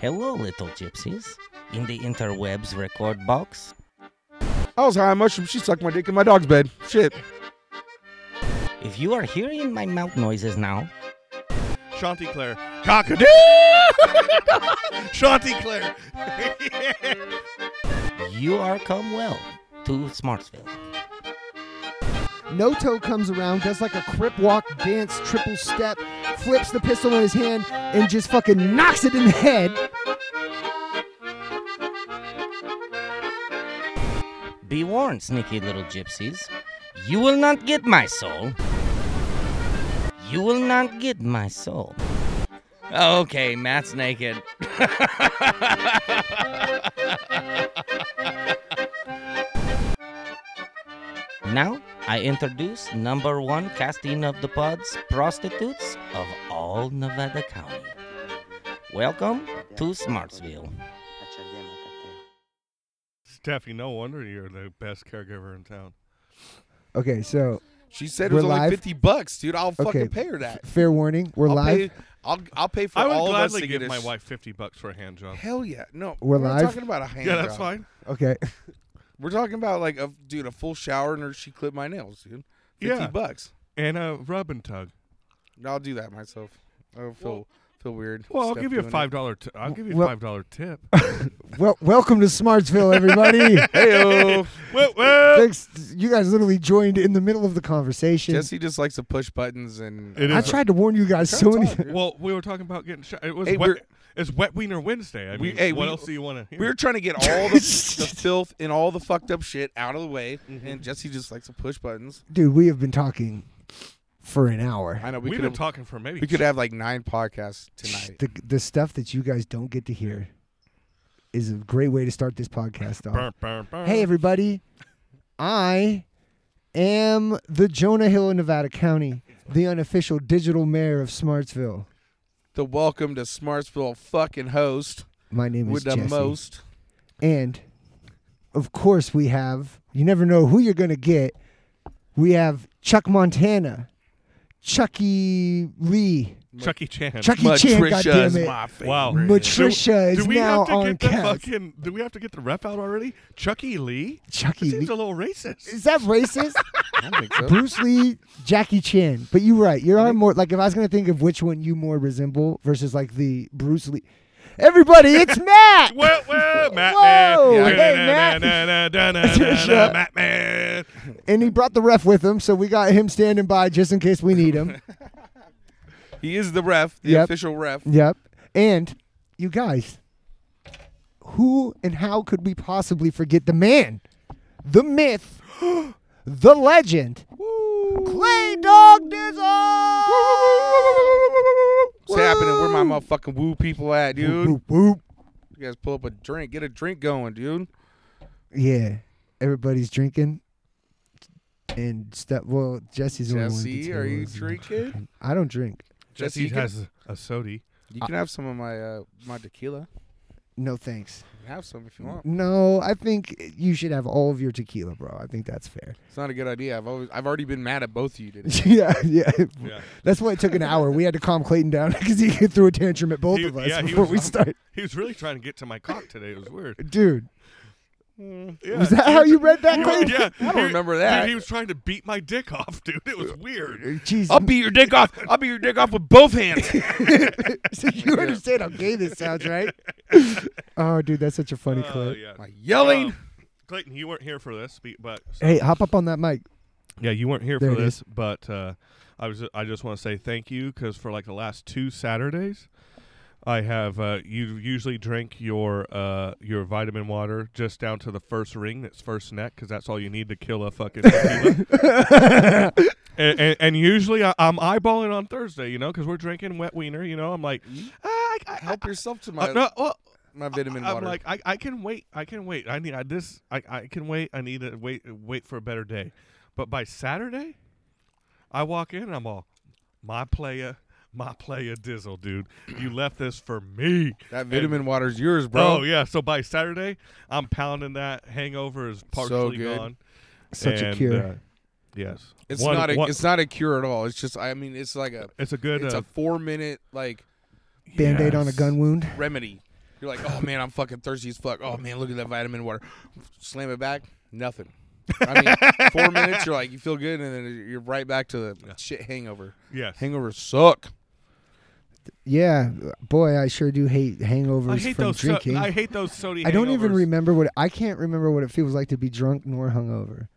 Hello, little gypsies. In the interwebs record box, I was high on mushroom. She sucked my dick in my dog's bed. Shit. if you are hearing my mouth noises now, Chanticleer. Cockadoo! Chanticleer. you are come well to Smartsville. Noto comes around, does like a crip walk, dance, triple step, flips the pistol in his hand, and just fucking knocks it in the head. Be warned, sneaky little gypsies. You will not get my soul. You will not get my soul. Okay, Matt's naked. now, I introduce number one casting of the pods, prostitutes of all Nevada County. Welcome to Smartsville. Steffi, no wonder you're the best caregiver in town. Okay, so She said it was We're only live? 50 bucks, dude. I'll fucking Okay. pay her that. fair warning, we're I'll live. Pay, I'll, I'll pay for I all would of us to gladly get give a my sh- wife 50 bucks for a hand job. Hell yeah. No. We're not live? talking about a hand Yeah, that's job. fine. Okay, We're talking about like a dude, a full shower and her, she clipped my nails, dude. 50 Yeah. bucks. And a rub and tug. I'll do that myself. I don't feel feel weird. Well, I'll Steph give you a doing it. five dollar. T- I'll give you a Well- five dollar tip. well, welcome to Smartsville, everybody. Heyo. well, well. Thanks, you guys literally joined in the middle of the conversation. Jesse just likes to push buttons and It I is- tried to warn you guys Try so to many. talk, dude. Well, we were talking about getting shot. It was Hey, we're- wet. It's Wet Wiener Wednesday. I We- mean, hey, what we- else do you want to hear? We were trying to get all the, the filth and all the fucked up shit out of the way, Mm-hmm. and Jesse just likes to push buttons. Dude, we have been talking for an hour. I know we We've could been have, talking for maybe. we could have like nine podcasts tonight. The, the stuff that you guys don't get to hear is a great way to start this podcast off. Burr, burr, burr. Hey, everybody. I am the Jonah Hill of Nevada County, the unofficial digital mayor of Smartsville. The welcome to Smartsville fucking host My name is with the Jesse. most. And of course, we have, you never know who you're going to get. We have Chuck Montana, Chucky Lee, Chuck E. Chan. Chucky Chan, Matricia is goddammit. my favorite. Wow. Do- Matricia do is we now have to on get the cast. fucking? Do we have to get the ref out already? Chuck E. Lee. Chucky That seems Lee. a little racist. Is that racist? I don't think so. Bruce Lee, Jackie Chan. But you're right. You're on more like if I was gonna think of which one you more resemble versus like the Bruce Lee. Everybody, it's Matt. Well, well, Matt Whoa, Man. hey, Matt. Matt. Shut- Matt Man. and he brought the ref with him, so we got him standing by just in case we need him. He is the ref, the Yep. official ref. yep. And you guys, who and how could we possibly forget the man, the myth, the legend, Clay Dog Dizzle? What's happening? Where my motherfucking woo people at, dude? Whoop, whoop. You guys pull up a drink, get a drink going, dude. Yeah, everybody's drinking and stuff. Well, Jesse's the only one. at the Jesse, table are you that's not drinking? I don't drink. Jesse you can- has a sody. You can have some of my uh, my tequila. No thanks. You can have some if you want. No, I think you should have all of your tequila, bro. I think that's fair. It's not a good idea. I've always I've already been mad at both of you today. yeah, yeah, Yeah. That's why it took an hour. We had to calm Clayton down because he threw a tantrum at both He- of us yeah, he before was- we started. He was really trying to get to my cock today. It was weird. Dude, Yeah. was that how you read that, You were- Clayton? yeah, I don't remember that. Dude, he was trying to beat my dick off, dude. It was weird. Jeez, I'll beat your dick off. I'll beat your dick off with both hands. so you understand how gay this sounds, right? oh, dude, that's such a funny Uh, clip. yeah. My yelling. Um, Clayton, you weren't here for this, be- but Hey, hop up on that mic. yeah, you weren't here There for it this, but uh, I was. I just want to say thank you because for like the last two Saturdays, I have uh, you usually drink your uh, your vitamin water just down to the first ring, that's first neck, because that's all you need to kill a fucking. tequila. And, and, and usually I, I'm eyeballing on Thursday, you know, because we're drinking wet wiener. You know, I'm like, Mm-hmm. ah, I, I, Help yourself to I- my no, well, my vitamin I- I'm water. like, I, I can wait. I can wait. I need I, this. I, I can wait. I need to wait. Wait for a better day. But by Saturday, I walk in. and I'm all, my playa, my playa dizzle, dude. You left this for me. that vitamin water's yours, Bro, bro. oh, yeah. So by Saturday, I'm pounding that. Hangover is partially good. gone. Such a And, cure. uh, yes. It's One- not a one- it's not a cure at all. It's just I mean it's like a it's a good. it's uh, a four minute like Band-aid on a yes. gun wound. remedy. You're like, oh man, I'm fucking thirsty as fuck. Oh man, look at that vitamin water. Slam it back, nothing. I mean, four minutes, you're like, you feel good, and then you're right back to the shit hangover. Yes. Hangovers suck. Yeah, boy, I sure do hate hangovers I hate from those. So- drinking. I hate those sodium. I don't even oh, remember what I can't remember what it feels like to be drunk nor hungover.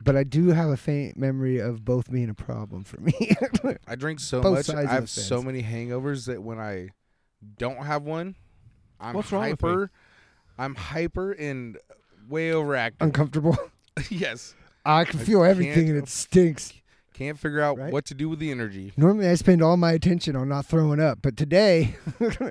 But I do have a faint memory of both being a problem for me. I drink so Both much. sides I of the have so fence. many hangovers that when I don't have one, I'm What's wrong with me? hyper. I'm hyper and way overactive. Uncomfortable. yes. I can I feel everything can't- and it stinks. Can't figure out Right? what to do with the energy. Normally I spend all my attention on not throwing up, but today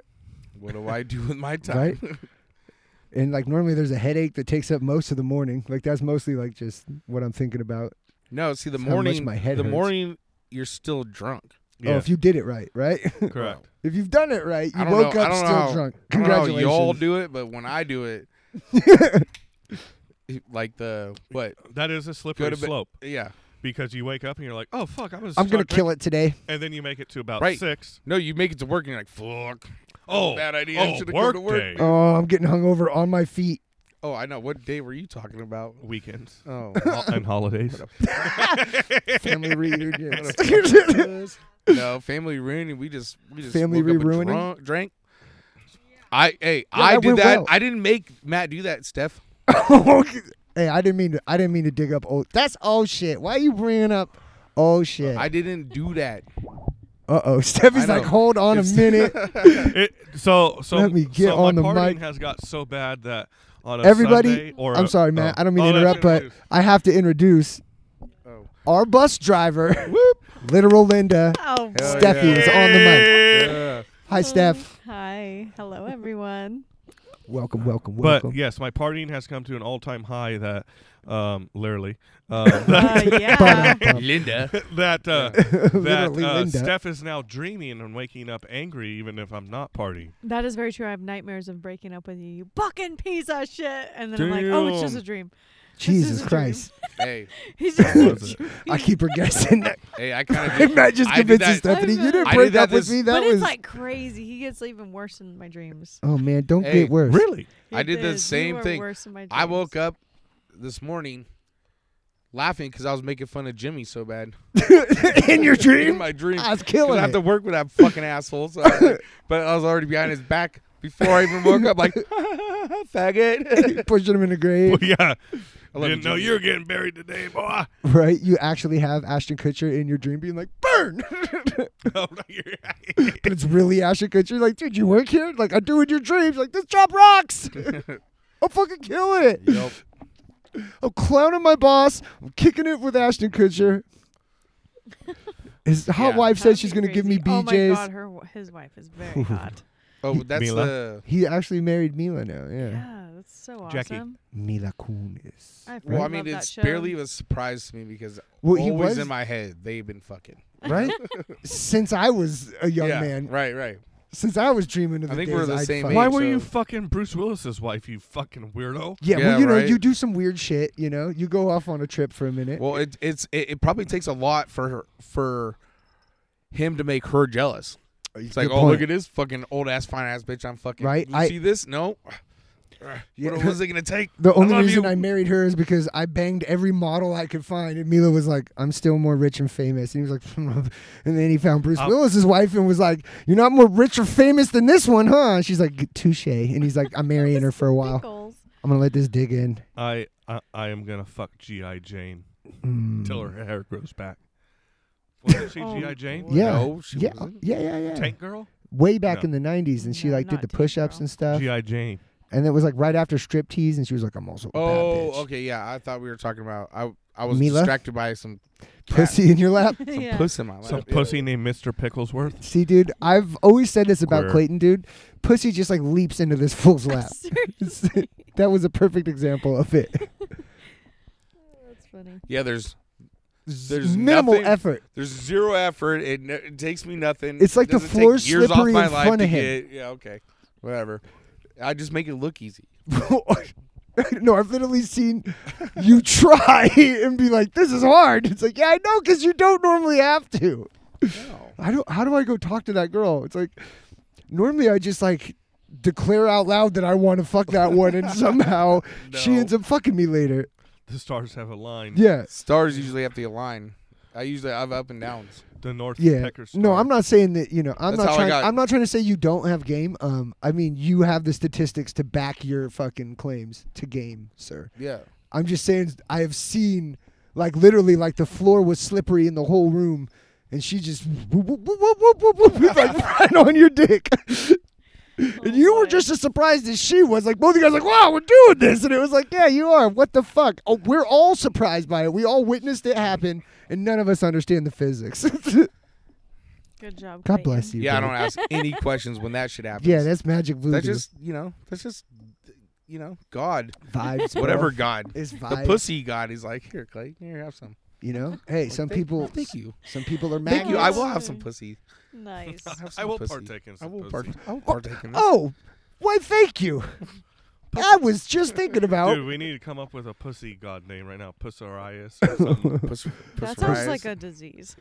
What do I do with my time? and like normally there's a headache that takes up most of the morning. Like that's mostly like just what I'm thinking about. No, see the That's how much morning. my head the hurts. morning, you're still drunk. Yeah. Oh, if you did it right, right? Correct. if you've done it right, I you don't woke know- I up don't still know how- I drunk. don't know how Congratulations. y'all do it, but when I do it, like the what? That is a slippery bed- slope Yeah. because you wake up and you're like, oh fuck, I'm gonna. I'm gonna kill it today. And then you make it to about Right. six. No, you make it to work and you're like, fuck. Oh, bad idea. I Oh, should've come work to work. day. Oh, I'm getting hungover on my feet. Oh, I know. What day were you talking about? Weekends Oh. and holidays. Family reunions. no, family reunion. We just we just Family woke up and re-ruining? drunk- drank. I hey, I that did went that. well. I didn't make Matt do that, Steph. hey, I didn't mean to. I didn't mean to dig up old. That's old shit. Why are you bringing up old shit? I didn't do that. Uh oh. Steffi's I like, know. hold on a It's- minute. It, so so Let me get so on the my partying mic. has got so bad that on a Everybody, Sunday or I'm a- sorry, man. oh. I don't mean Oh, to that's interrupt, but good news. I have to introduce Oh. our bus driver, literal Linda. Oh, Hell boy. Steffi is on the mic. Yeah. Hi, Steph. Hi. Hello, everyone. Welcome, welcome, But welcome. yes, my partying has come to an all-time high that, um, literally, uh, Uh, yeah. Ba-dum, bum. Linda. that uh, that Literally, uh, Linda. Steph is now dreaming and waking up angry, even if I'm not partying. that is very true. I have nightmares of breaking up with you, you fucking piece of shit. And then I'm like, oh, it's just a Damn. dream. Jesus is a Christ. hey, He's just. I keep her guessing. hey, I kind of I'm not just I did convincing that- Stephanie. You I didn't did break that up with this- me. That but was. it's like crazy. He gets even worse in my dreams. oh, man, don't Hey, get worse. Really? He I did the is. You same are thing. Worse in my dreams. I woke up this morning laughing because I was making fun of Jimmy so bad In your in dream? my dream. I was 'Cause killing I have it. to work with that fucking asshole. So I was like- but I was already behind his back before I even woke up. Like faggot. Pushing him in the grave, Well, yeah. I love Didn't know Jimmy. you were getting buried today, boy. right? You actually have Ashton Kutcher in your dream being like, burn! Oh, no, you're but it's really Ashton Kutcher. Like, dude, you work here? Like, I do in your dreams. Like, this drop rocks! I'm fucking killing it. Yup. I'm clowning my boss. I'm kicking it with Ashton Kutcher. His hot Yeah. wife That said would she's be going to give me crazy. Oh my BJ's. god, her w- his wife is very hot. Oh, but that's Mila? the. he actually married Mila now, yeah. Yeah, that's so awesome. Jackie. Mila Kunis. I freaking Well, I love mean, that it's show. barely a surprise to me because Well, he always was- in my head they've been fucking. Right? Since I was a young yeah, man. Right, right. Since I was dreaming of the I think days we're the I'd same fuck. age. Why were so- you fucking Bruce Willis's wife, you fucking weirdo? Yeah, Yeah, well, you know, right. you do some weird shit, you know? You go off on a trip for a minute. Well, it, it's it, it probably takes a lot for her, for him to make her jealous. It's like, Good oh, point. look at this fucking old ass fine ass bitch. I'm fucking. Right, You I- see this? No. Yeah. What was it gonna take? The only love reason you. I married her is because I banged every model I could find, and Mila was like, "I'm still more rich and famous," and he was like, and then he found Bruce Uh, Willis's wife and was like, "You're not more rich or famous than this one, huh?" And she's like, "Touche," and he's like, "I'm marrying her for a while. Pickles. I'm gonna let this dig in." I, I I am gonna fuck GI Jane Mm. till her hair grows back. Wasn't she Oh, GI Jane? Lord. Yeah, No, she yeah, wasn't. yeah, yeah, yeah. Tank Girl. Way back No. in the '90s, and she No, like did not the Tank push-ups Girl. and stuff, GI Jane. and it was like right after strip tease, and she was like, "I'm also a bad bitch. Oh, okay, yeah. I thought we were talking about. I I was Mila? distracted by some pussy in your lap." some Yeah. puss in my lap. Some Yeah. pussy named Mr. Picklesworth. See, dude, I've always said this about Queer. Clayton, dude. Pussy just like leaps into this fool's lap. Seriously, that was a perfect example of it. that's funny. Yeah, there's There's minimal nothing- effort. there's zero effort. It, ne- it takes me nothing. It's like the Doesn't take floor years off slippery my in life front to of him. Get, yeah, okay, whatever. I just make it look easy. no, I've literally seen you try and be like, "This is hard." It's like, yeah, I know, because you don't normally have to. No. I don't. How do I go talk to that girl? It's like, Normally, I just like declare out loud that I want to fuck that one, and somehow she No. ends up fucking me later. The stars have a line. Yeah. Stars usually have to align. I usually I've up and downs. The North Yeah. Pecker star. No, I'm not saying that, you know, I'm That's how not I trying got- I'm not trying to say you don't have game. Um I mean, you have the statistics to back your fucking claims to game, sir. Yeah. I'm just saying I have seen like literally like the floor was slippery in the whole room and she just whoop, whoop, whoop, whoop, whoop, whoop, whoop, whoop, like right on your dick. And you were just as surprised as she was. Like both of you guys, like, wow, we're doing this, and it was like, yeah, you are. What the fuck? Oh, we're all surprised by it. We all witnessed it happen, and none of us understand the physics. Good job. God bless you. Yeah, I brother. don't ask any questions when that shit happens. Yeah, that's magic voodoo. that's just you know, that's just you know, God. vibes. bro. Whatever God. It's The vibes. pussy God is like, here, Clay, here have some. You know. Hey, some Thank- people. Thank you. Some people are Thank you. I will magnets. have some pussy. Nice. I'll have I some will pussy. partake in I some will pussy. partake. I will partake in this. Oh, why? Thank you. I was just thinking about. Dude, we need to come up with a pussy god name right now. Pussarias or something. Puss, puss that sounds rise. like a disease.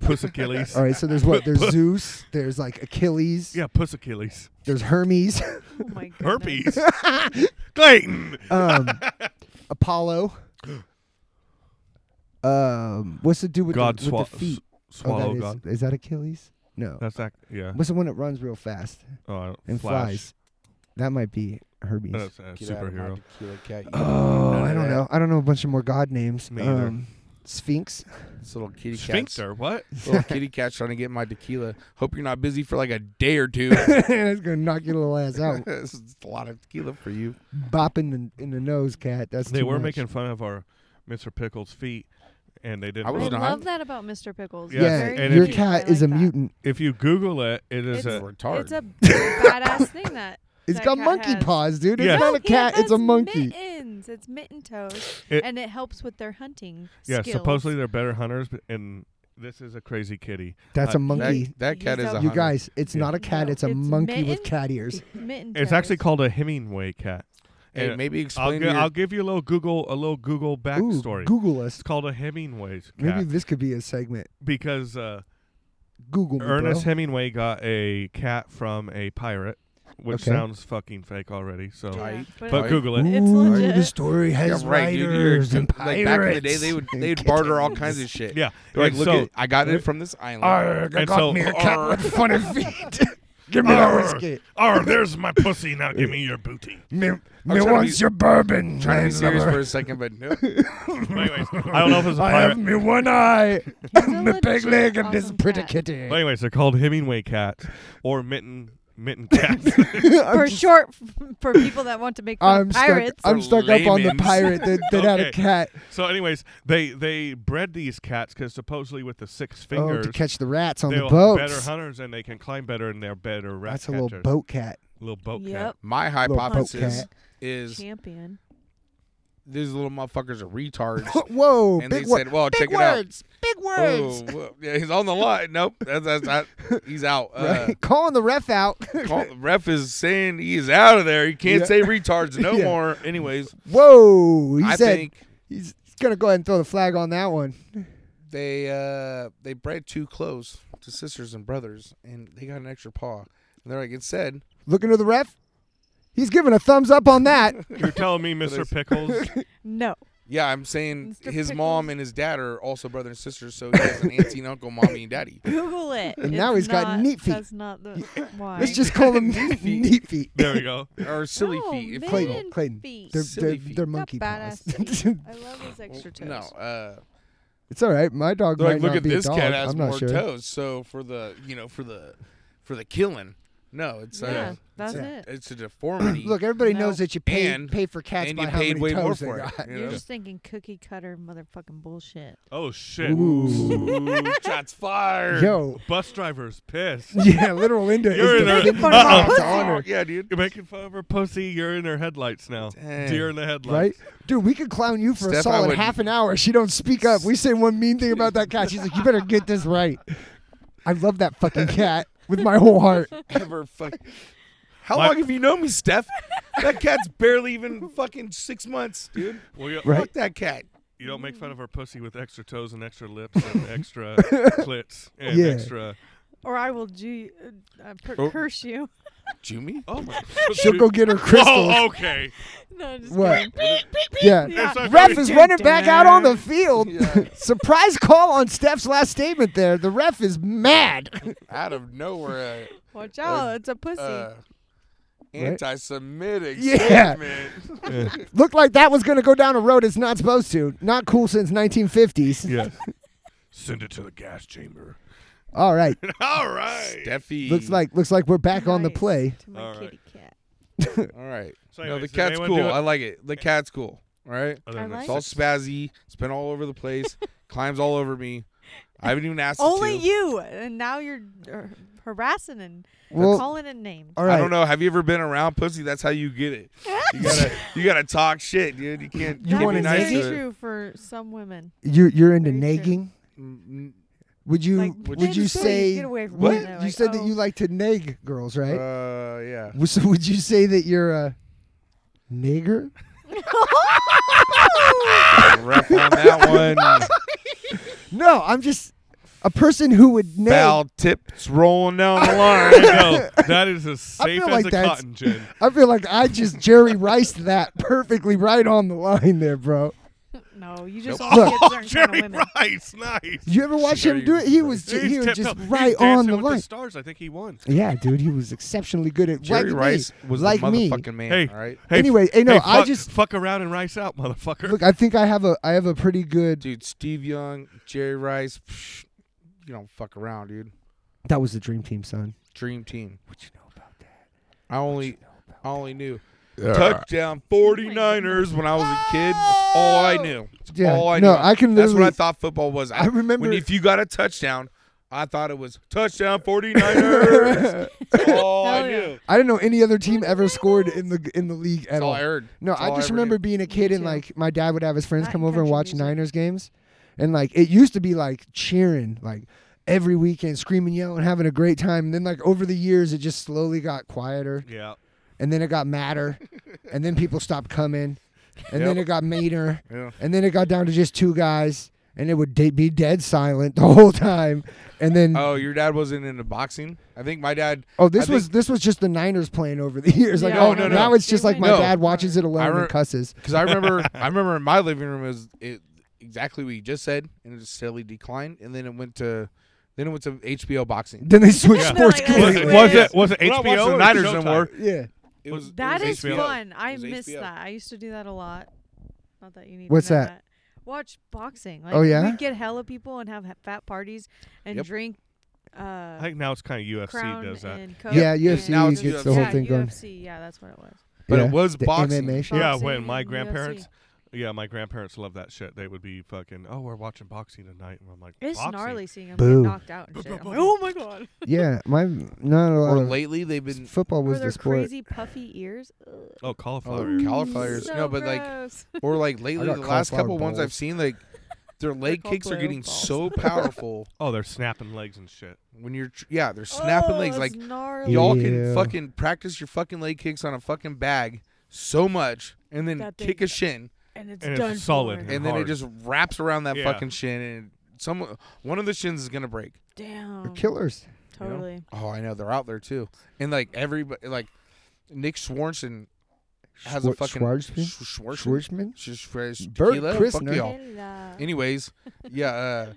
Puss Achilles. All right, so there's what? There's Zeus. There's like Achilles. Yeah, Puss Achilles. There's Hermes. Oh my goodness. Herpes. Clayton. Um, Apollo. Um, what's the dude with, God the, with swa- the feet? s- Oh, that swallow is- god. Is that Achilles? No. Uh. That's that. Yeah. What's the one that runs real fast Oh, I don't- and Flash. flies? That might be Hermes. Uh, That's a Get out of my superhero. tequila cat, you Oh, none I of don't that. know. I don't know a bunch of more god names. Um, Me either. Sphinx. This little kitty cat. Sphincter. What? little kitty cat's trying to get my tequila. Hope you're not busy for like a day or two. That's gonna knock your little ass out. this is a lot of tequila for you. Bopping in, in the nose, cat. That's They too were much. making fun of our Mr. Pickle's feet, and they didn't. I I was want- not- love that about Mr. Pickles. Yes, He's very yeah, and your if you- cute. cat I is a like that. mutant. If you Google it, it is It's- a. retard. It's a badass thing that. It's that got cat monkey has. paws, dude. It's Yeah. not No, a he cat. It's a has monkey. Mittens. It's mitten toes, It- and it helps with their hunting. Yeah, skills. supposedly they're better hunters, but- and this is a crazy kitty. That's Uh, a monkey. That, that cat is He's a- a that- you hunter. guys, it's Yeah. not a cat. No, it's a it's monkey with mitten. cat ears. mitten. It's toes. actually called a Hemingway cat. Hey, Uh, maybe I'll, explain. gi- to your- I'll give you a little Google, a little Google Ooh, backstory. Google us. it's called a Hemingway's cat Maybe this could be a segment. because uh, Google me, Ernest bro. Hemingway got a cat from a pirate, which Okay. sounds fucking fake already. So, Yeah, Right. but but Right. Google it. It's Ooh, legit. the story Yeah, has right, dude. You're, writers and like back in the day, pirates they would and they would barter all kittens. kinds of shit. Yeah, They're like, right, look, so at, I got it from this island. Arrg, I And got so- me a cat Arrg. with funny feet. Give me that Arrg. whiskey. Arr, there's my pussy. Now give me your booty. Me, trying me to be- wants your bourbon. trying to be serious landlubber. for a second, but no. Anyways, I don't know if it's a I have pirate. me one eye, It's a me big legit leg, and this awesome pretty cat. kitty. But anyways, they're called Hemingway cats or mitten mitten cats. for short for people that want to make fun I'm of stuck. pirates. I'm Or stuck up on the laymans. pirate that, that had a Okay. cat. so, anyways, they they bred these cats because supposedly with the six Oh, fingers, to catch the rats on they're the better boats. hunters and they can climb better and they're better rat That's a catchers. little boat cat. Little boat yep, My Little boat hypothesis cat. Oh, is champion. these little motherfuckers are retards. Whoa! and they big wo- said, "Well, big check words. Big it out." Oh, words. well, yeah, he's on the line. Nope, that's, that's not, he's out. Uh, Right? Calling the ref out. call, ref is saying he is out of there. He can't Yeah. say retards no Yeah. more. Anyways, Whoa! He I said think he's, he's gonna go ahead and throw the flag on that one. they uh, they bred too close to sisters and brothers, and they got an extra paw. And they're like, it said, Looking to the ref. He's giving a thumbs up on that. cat. You're telling me, Mr. Pickles, No, yeah, I'm saying Mr. his mom Pickles. and his dad are also brother and sister, so he has an auntie and uncle, mommy and daddy. Google it. And It's now he's got not- neat feet. That's not the why. Let's just call them Neat feet. neat feet. there we go. Or silly No, feet. If Oh, man. you will. Clayton, Clayton, feet. they're Silly they're, feet. they're Got monkey paws. badass feet. I love his extra toes. No, uh, it's all right. My dog they're might like, look not at be this a dog. cat has I'm not more sure. toes. So for the you know for the for the killing, no, it's yeah, uh, that's yeah. it. it's a deformity. Look, everybody No. knows that you pay And- pay for cats and by you how paid many way toes more they for got. it. you You're know? just thinking cookie cutter motherfucking bullshit. Oh shit! Ooh. Shots fired. Yo, Bus driver's pissed. yeah, literal Linda You're is in her- defending the Uh-uh. dog's honor, Yeah, dude. You're making fun of her pussy. You're in her headlights now. Dang. Deer in the headlights. right? Dude, we could clown you for a Steph, I solid would- half an hour. She don't speak up. We say one mean thing about that cat. She's like, you better get this right. I love that fucking cat with my whole heart. Ever fuck. How My- long have you known me, Steph? That cat's barely even fucking six months, dude. Well, you, Right. Fuck that cat. you don't make fun of her pussy with extra toes and extra lips and extra clits and Yeah. extra or I will ju- uh, per- Oh. curse you. Jumi? Oh my. She'll go Oh, get her crystals. Whoa, okay. no, I'm just What? kidding. Yeah. Yeah. It's okay. Ref is running back out on the field. Yeah. Surprise call on Steph's last statement there. The ref is mad. Out of nowhere. Watch out, it's a pussy. Uh, uh, Anti Semitic Yeah. statement. Looked like that was going to go down a road it's not supposed to. Not cool since 1950s. Yes. Send it to the gas chamber. All right. All right. Steffi. Looks like looks like we're back on the Nice. play. To my All right. kitty cat. All right. So no, the anyways, did cat's anyone cool. do it? I like it. The cat's cool. All right. Other than I the It's like all six- spazzy. It's been all over the place. climbs all over me. I haven't even asked it Only to. you, and now you're uh, harassing and Well, calling it names. all right. I don't know. Have you ever been around pussy? That's how you get it. You gotta, you gotta talk shit, dude. You can't. You can't wanna be That's nice nag very to it. true for some women. You're you're into Very true. nagging. Mm, mm, Would you Like, would "Bitch, you please say get away from would- me," and you they're like, said that "Oh." you like to nag girls, right? Uh, yeah. W- so would you say that you're a nigger? Rough on that one. No, I'm just a person who would nag. Foul tips rolling down the line. No, that is as I safe feel as like a that's- cotton gin. I feel like I just Jerry Rice that perfectly right on the line there, bro. No, you just Nope. only get Oh, certain kind Jerry of women. Rice, nice. You ever watch him do it? He was ju- He's he was tipped just up. He's right dancing on the with line. stars. I think he won. Yeah, dude, he was exceptionally good at Jerry like Rice me, was like the me. motherfucking man. Hey, all right, hey, Anyway, f- you know, hey, I fuck- just- fuck around and rice out, motherfucker. Look, I think I have a I have a pretty good. dude. Steve Young, Jerry Rice. Psh, you don't fuck around, dude. That was the dream team, son. Dream team. What you know about that? I only, I only knew touchdown 49ers when I was a kid. That's all I knew. That's Yeah, all I no, knew. I can That's what I literally- thought football was. I remember- when if you got a touchdown, I thought it was touchdown 49ers. That's all I Hell yeah. knew. I didn't know any other team ever scored in the in the league at That's all all. I heard. No, That's I all just ever remember knew. being a Me kid and too. like my dad would have his friends Not come in over and country watch music. Niners games, and like it used to be like cheering like every weekend, screaming, yelling, having a great time. And then like over the years, it just slowly got quieter, yeah. and then it got madder, and then people stopped coming, and then Yep. it got meaner, Yeah. and then it got down to just two guys, and it would de- be dead silent the whole time, and then Oh, your dad wasn't into boxing. I think my dad. Oh, this I was this was just the Niners playing over the years. Like, Yeah, oh no, no, no. now it's just They like my went dad hard. watches it alone I re- and cusses. because I remember. I remember in my living room it was it, exactly what you just said, and it just steadily declined, and then it went to, then it went to HBO boxing. Then they switch Yeah. sports They're like, Was completely. it Wait. was it was it We're not watching HBO the or Niners Showtime? no more. Uh, Yeah. It was it That was is HBO. fun. I It was miss HBO. that. I used to do that a lot. Not that you need. What's to know that? that? Watch boxing. Like, Oh, yeah? We'd get hella people and have ha- fat parties and Yep. drink. Uh, I think now it's kind of UFC Crown does that. and Coke. Yeah, and- UFC now it's gets UFC. the whole yeah, thing going. UFC. Yeah, that's what it was. But it Yeah, was the boxing. MMA shit. Yeah, Boxing when my and grandparents, UFC. yeah, my grandparents loved that shit. They would be fucking, oh, we're watching boxing tonight, and I'm like, It's boxing? gnarly seeing them Boo. get knocked out and shit. I'm like, oh my god. Yeah, my not a lot. Or of- lately they've been football Were was there the sport. crazy puffy ears? Ugh. Oh, cauliflower. oh, ear. cauliflowers. So no, but like gross. or like lately the got last cauliflower couple ones I've balls. seen like their leg called kicks are blue getting balls. so powerful Oh, they're snapping legs and shit. when you're tr- yeah they're snapping Oh, legs that's like gnarly. y'all Yeah. can fucking practice your fucking leg kicks on a fucking bag so much and then That they- kick a shin and it's and it's done solid. for. Yeah. and then it Hard. just wraps around that Yeah. fucking shin and some one of the shins is gonna break. They're Damn. killers. Totally. Oh, I know they're out there too, and like everybody, like Nick Swanson has a Schwar- fucking Schwarzman? Sch- Schwarzen? Schwartzman. Sch- Schwarz- Bert tequila? Fuck Krisner. y'all. Anyways, yeah,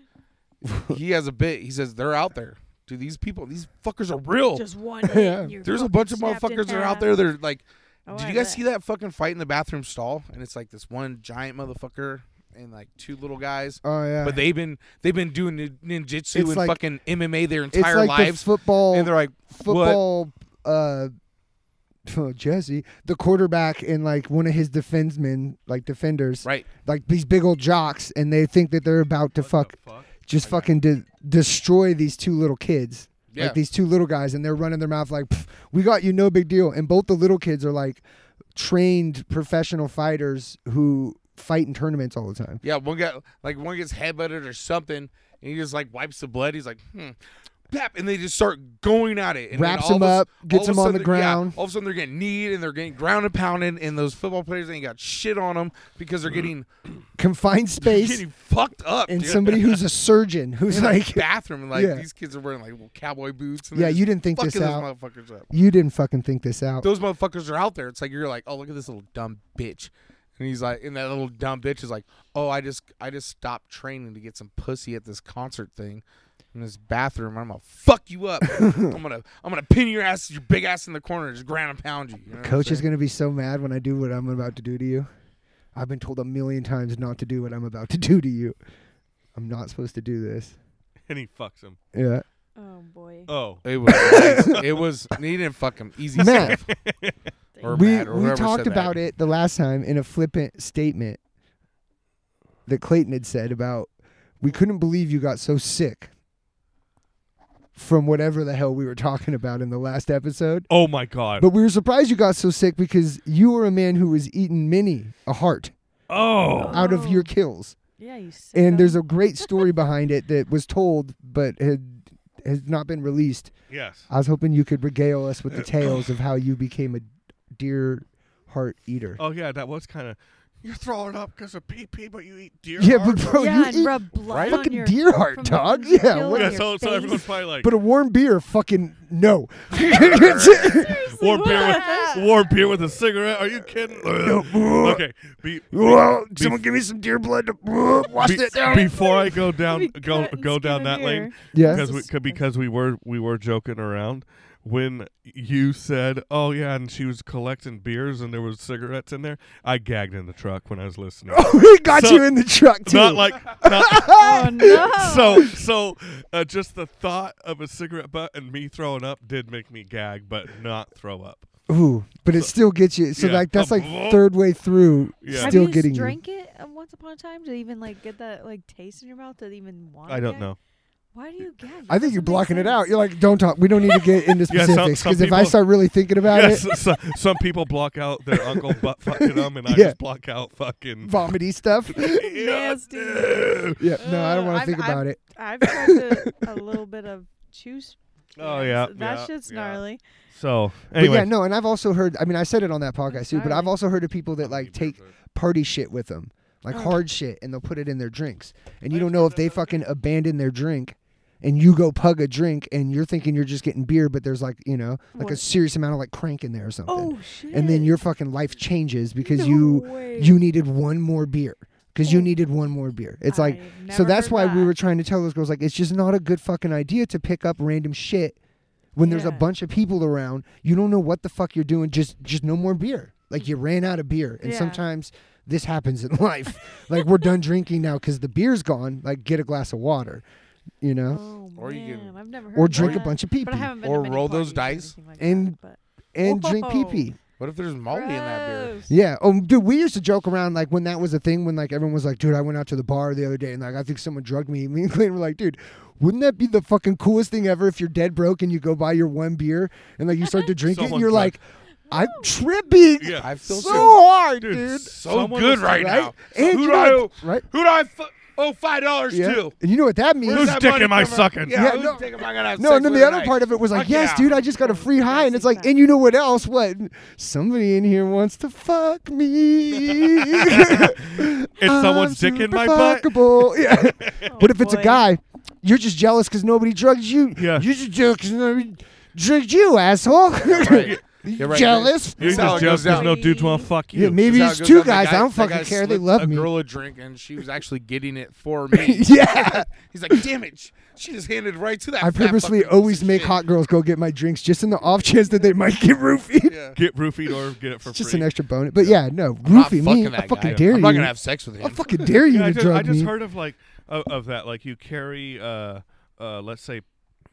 uh, he has a bit. He says they're out there. Dude, these people, these fuckers are real. Just one. Oh. Yeah. hit, you're There's a fucking bunch of snapped in motherfuckers that are out half. there. They're like, Oh, did I you guys bet. see that fucking fight in the bathroom stall? And it's like this one giant motherfucker and like two little guys. Oh yeah. But they've been they've been doing nin- ninjutsu It's and like- fucking MMA their it's entire like lives, the football. and they're like, what? football. Uh, oh, Jesse, the quarterback, and like one of his defensemen, like defenders, Right. like these big old jocks, and they think that they're about to fuck just fucking de- destroy these two little kids. Yeah. Like these two little guys, and they're running their mouth like, "Pff, "We got you, no big deal." And both the little kids are like trained professional fighters who fight in tournaments all the time. Yeah, one guy like one gets headbutted or something, and he just like wipes the blood. He's like, hmm, pap, and they just start going at it. And then Wraps all him of a- up, all gets of a him on sudden- the ground. Yeah, all of a sudden, they're getting kneed and they're getting ground and pounded, and those football players ain't got shit on them because they're getting Confined space getting fucked up. and dude. somebody who's a surgeon who's in like, like, the bathroom, and like Yeah. these kids are wearing like little cowboy boots. And yeah, they're you just didn't think fucking this those out. motherfuckers up. You didn't fucking think this out. Those motherfuckers are out there. It's like you're like, oh look at this little dumb bitch, and he's like, and that little dumb bitch is like, oh I just I just stopped training to get some pussy at this concert thing. In this bathroom, I'm gonna fuck you up. I'm gonna, I'm gonna pin your ass, your big ass in the corner, and just ground and pound you. you know what I'm Coach is saying? going to be so mad when I do what I'm about to do to you. I've been told a million times not to do what I'm about to do to you. I'm not supposed to do this. and he fucks him. Yeah. Oh boy. Oh, It was, it was. He didn't fuck him. Easy Matt, stuff. Or we, Matt, or we whoever talked said that. about it the last time in a flippant statement that Clayton had said about we couldn't believe you got so sick from whatever the hell we were talking about in the last episode. oh my god. But we were surprised you got so sick because you were a man who was eating many a heart oh, out of your Oh. kills. Yeah, you sick. and there's a great story behind it that was told but had has not been released. yes. I was hoping you could regale us with the tales of how you became a deer heart eater. Oh yeah, that was kind of. You're throwing up because of pee pee, but you eat deer. yeah, heart? but bro, yeah, you and eat, rub blood Right? on Fucking your deer heart, from dog. fucking Yeah, kill what- in Yeah, your so, so face. everyone's probably like, but a warm beer, fucking no. warm beer, What? with, warm beer with a cigarette. Are you kidding? okay, be, Whoa, be- someone give me some deer blood to wash be- that down. before I go down, We go couldn't go skin down a that lane. deer. yeah, because we c- because we were we were joking around when you said, "Oh yeah," and she was collecting beers and there was cigarettes in there. I gagged in the truck when I was listening. we got So- you in the truck too. Not like not, Oh no. so so uh, just the thought of a cigarette butt and me throwing up did make me gag, but not throw up. Ooh, but it still gets you. So Yeah. like that's The like blood. third way through, Yeah. Have still you getting you. drank it uh, once upon a time to even like get that like taste in your mouth to even want? I to don't gag? know. Why do you gag? I That think you're doesn't make blocking it out. sense. You're like, don't talk. We don't need to get into Yeah, some- specifics some because if I people- start really thinking about Yes, it, so, some people block out their uncle butt fucking them, and I Yeah. just block out fucking. Oh, vomity stuff. Nasty. yeah, no, I don't want Ugh, to I've- think I've- about it. I've tried to, a little bit of juice. Oh, yeah, that yeah, shit's yeah. gnarly. So But anyway, yeah, no, and I've also heard. I mean, I said it on that podcast too, but I've Entirely. also heard of people that like take party shit with them, like Oh. hard shit, and they'll put it in their drinks, and you don't know if they fucking abandon their drink. And you go pug a drink, and you're thinking you're just getting beer, but there's like you know, like a What? serious amount of like crank in there or something. Oh shit. and then your fucking life changes because No you way. you needed one more beer because you Oh. needed one more beer it's like I've so never that's heard why we that. were trying to tell those girls like it's just not a good fucking idea to pick up random shit when there's a Yeah. bunch of people around you don't know what the fuck you're doing just just no more beer like you ran out of beer and Yeah. sometimes this happens in life like we're done drinking now because the beer's gone like get a glass of water you know Oh, Or you man, can- I've never heard or of drink a that. bunch of pee But I haven't been Or to many roll those dice parties or anything like and- that, and drink pee Whoa. pee What if there's but molly in that beer? Gross. Yeah. Oh, dude, we used to joke around like when that was a thing when like everyone was like, dude, I went out to the bar the other day and like I think someone drugged me. Me and Clayton were like, dude, wouldn't that be the fucking coolest thing ever if you're dead broke and you go buy your one beer and like you start to drink it and Someone you're drugged- like, I'm tripping Yeah. I feel so so, hard, Dude, dude. so Someone good was- right, right? now. And who do you're I like- owe? right? Who do I fu- owe five dollars Yeah. to? And you know what that means? Where's Whose that dick money am I from? sucking? Yeah, Yeah, whose no. dick am I gonna have No, sex and then with the other tonight? part of it was like, Fuck yes, yeah. dude, I just got a free high. And it's like, Crazy and you know what else? What? Somebody in here wants to fuck me. If someone's I'm dick in super my butt, fuckable. Yeah. Oh, But if it's a boy. guy, you're just jealous because nobody drugs you. Yeah. You're just jealous because nobody drugs you, asshole. right. You're right. jealous. you're That's how just it goes jealous because down. no dudes want to fuck you. Yeah, maybe That's it's how it two goes down. guys. That I don't guy- that fucking guy care. They slipped love a me. girl a drink, and she was actually getting it for me. Yeah. He's like, damn it, sh- she just handed it right to that. I fat purposely fucking piece always of make shit. hot girls go get my drinks just in the off chance that they might get roofied. Yeah. get roofied or get it for It's just free. an extra bonus. But yeah, no, I'm not roofie me. fucking that I fucking guy. dare I'm you. not gonna have sex with him. I fucking dare you Yeah, I to just, drug I just me. heard of like of, of that. Like you carry, uh, uh, let's say,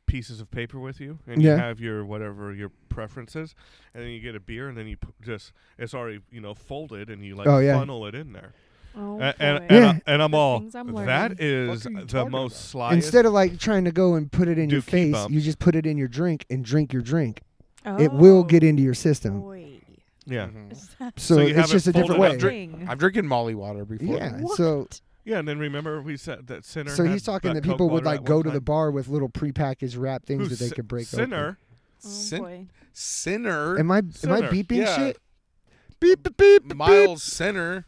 pieces of paper with you, and Yeah. you have your whatever your preferences, and then you get a beer, and then you p- just it's already you know folded, and you like Oh, yeah. funnel it in there. Oh, A- and, boy. and, Yeah. I, and I'm The all things I'm that What is are you the talking most about? slyest. Instead of like trying to go and put it in your Dookie face, bumps. you just put it in your drink and drink your drink. oh, uh, It will get into your system. Boy. yeah, Mhm. Is that So, you have it's it just a folded different up way. Wait. thing? I've drinking Molly water before. Yeah. What? Oh, so- Yeah, and then remember we said that Sinner. So had he's talking that Coke people would water like at go one to the time? bar with little prepackaged wrap things Who, that they Si- could break Sinner. Oh Sin- boy. Sinner. open. Am I am I Sinner, beeping yeah. shit? Beep beep beep beep. Miles Sinner.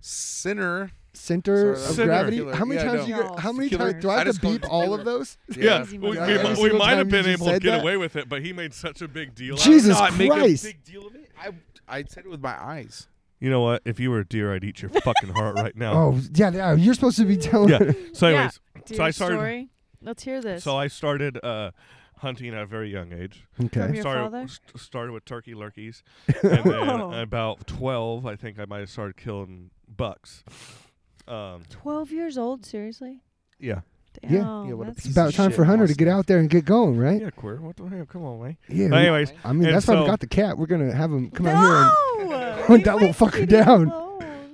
Sinner. Center Sorry, of Sinner. gravity. Killer. How Yeah, many I times know. you get, how many Killer. times do I I have to just call beep it all of killer. those? Yeah, Crazy we, we, motherfucker. mi- Every we single might time have been you able to said get that? away with it, but he made such a big deal. out of it. Jesus No, I make a Christ. big deal of it. I I said it with my eyes. You know what? If you were a deer, I'd eat your fucking heart right now. Oh yeah, yeah, you're supposed to be telling. Yeah. So, Yeah. anyways, so Do your I started. story. Let's hear this. So I started uh, hunting at a very young age. From Okay. your started father? st- started with turkey lurkies, and then Oh. about twelve, I think I might have started killing bucks. Um, 12 years old, seriously? yeah, Damn, Yeah. Yeah, what a that's It's piece about of time shit for Hunter to monster. get out there and get going, right? yeah, queer. What the hell? Come on, man. Yeah. But anyways, I mean, and that's why we so- got the cat. We're gonna have him come no! out here. and Hunt that little fucker down.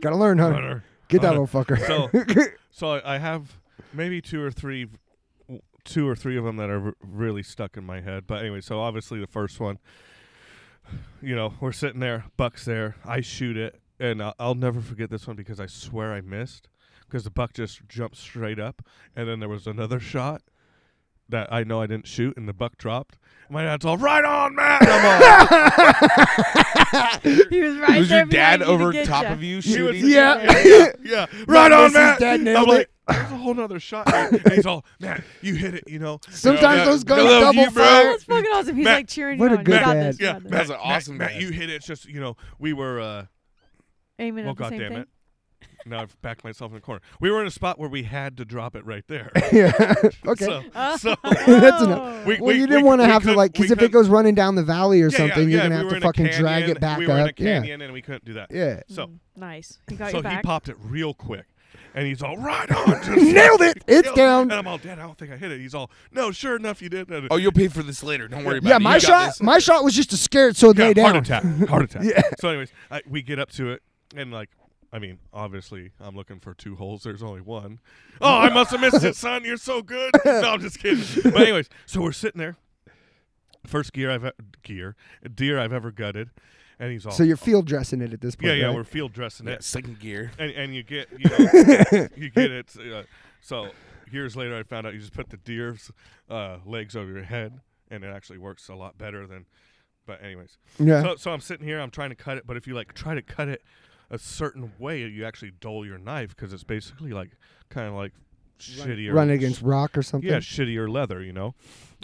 Gotta learn, Hunter. Hunter. Get that Hunter. little fucker. So, so I I have maybe two or three, w- two or three of them that are r- really stuck in my head. But anyway, so obviously the first one, you know, we're sitting there, buck's there, I shoot it, and I'll, I'll never forget this one because I swear I missed because the buck just jumped straight up, and then there was another shot. That I know I didn't shoot, and the buck dropped. My dad's all right on, man. And I'm all, He was right was there your dad behind you to over get top ya. of you He was- shooting? yeah. yeah, right on, Mrs. man. Dad I'm nailed like, it. there's a whole nother shot. And he's all, man, you hit it, you know. Sometimes Yeah. those guns Love double you, bro. fire. That's fucking awesome. He's Matt- like cheering What you a on. good you got dad. This, you Yeah, got this. Matt, That's an Matt, awesome Matt, man. you hit it. It's just you know we were. Uh, Aiming well, at the God same damn thing. it. Now I've backed myself in the corner. We were in a spot where we had to drop it right there. yeah. okay. So, Oh. so That's enough. we, well, we, you didn't want to have to like because if it goes running down the valley or something, you're gonna have to fucking drag it back we were in a up. Yeah. Mm-hmm. canyon and we couldn't do that. Yeah. So, Mm, nice. He got so you he back. popped it real quick, and he's all right on. just Nailed like- it. It's nailed down. And I'm all, Dad, I don't think I hit it. He's all, No, sure enough, you did. Oh, you'll pay for this later. Don't worry about it. Yeah, my You got shot, my shot was just to scare it so it Yeah, lay down. heart attack. Heart attack. Yeah. So, anyways, I, we get up to it, and like, I mean, obviously, I'm looking for two holes. There's only one. Oh, I must have missed it, son. You're so good. No, I'm just kidding. But anyways, so we're sitting there. First gear I've e- gear deer I've ever gutted, and he's all. So you're field dressing it at this point. yeah, yeah, right? we're field dressing this. Yeah, it, second gear. and and you get you know, you get it. Uh, so years later, I found out you just put the deer's uh, legs over your head, and it actually works a lot better than. But anyways, yeah. so, so I'm sitting here, I'm trying to cut it, but if you like try to cut it a certain way, you actually dull your knife because it's basically like kind of like shittier. Run against rock or something. Yeah, shittier leather, you know?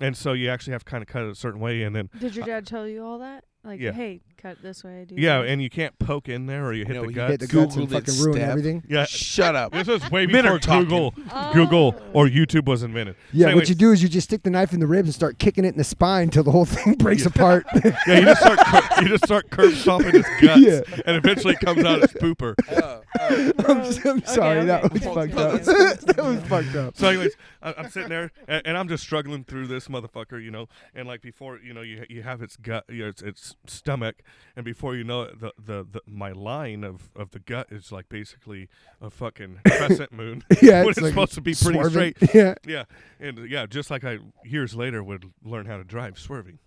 And so you actually have to kind of cut it a certain way, and then, Did your dad tell you all that? Like, Yeah. hey, cut this way. Do yeah, and you can't poke in there or you hit No, the he guts. hit the guts and Googled it, fucking ruin Steph. everything. yeah. Shut up. This was way Men are before talking. Google, Google or YouTube was invented. Yeah, So what anyways, you do is you just stick the knife in the ribs and start kicking it in the spine till the whole thing breaks apart. yeah, you just start cur- you just start curb stomping his guts, Yeah. and eventually it comes out as pooper. uh, I'm, s- I'm sorry, that was okay. fucked Okay. up. that was fucked up. So, anyways, I, I'm sitting there and, and I'm just struggling through this motherfucker, you know. And like before, you know, you you have its gut, you know, its, its stomach, and before you know it, the, the the my line of of the gut is like basically a fucking crescent moon. Yeah, when it's it's like supposed to be pretty swerving. straight. Yeah. Yeah, and yeah, just like I years later would learn how to drive swerving.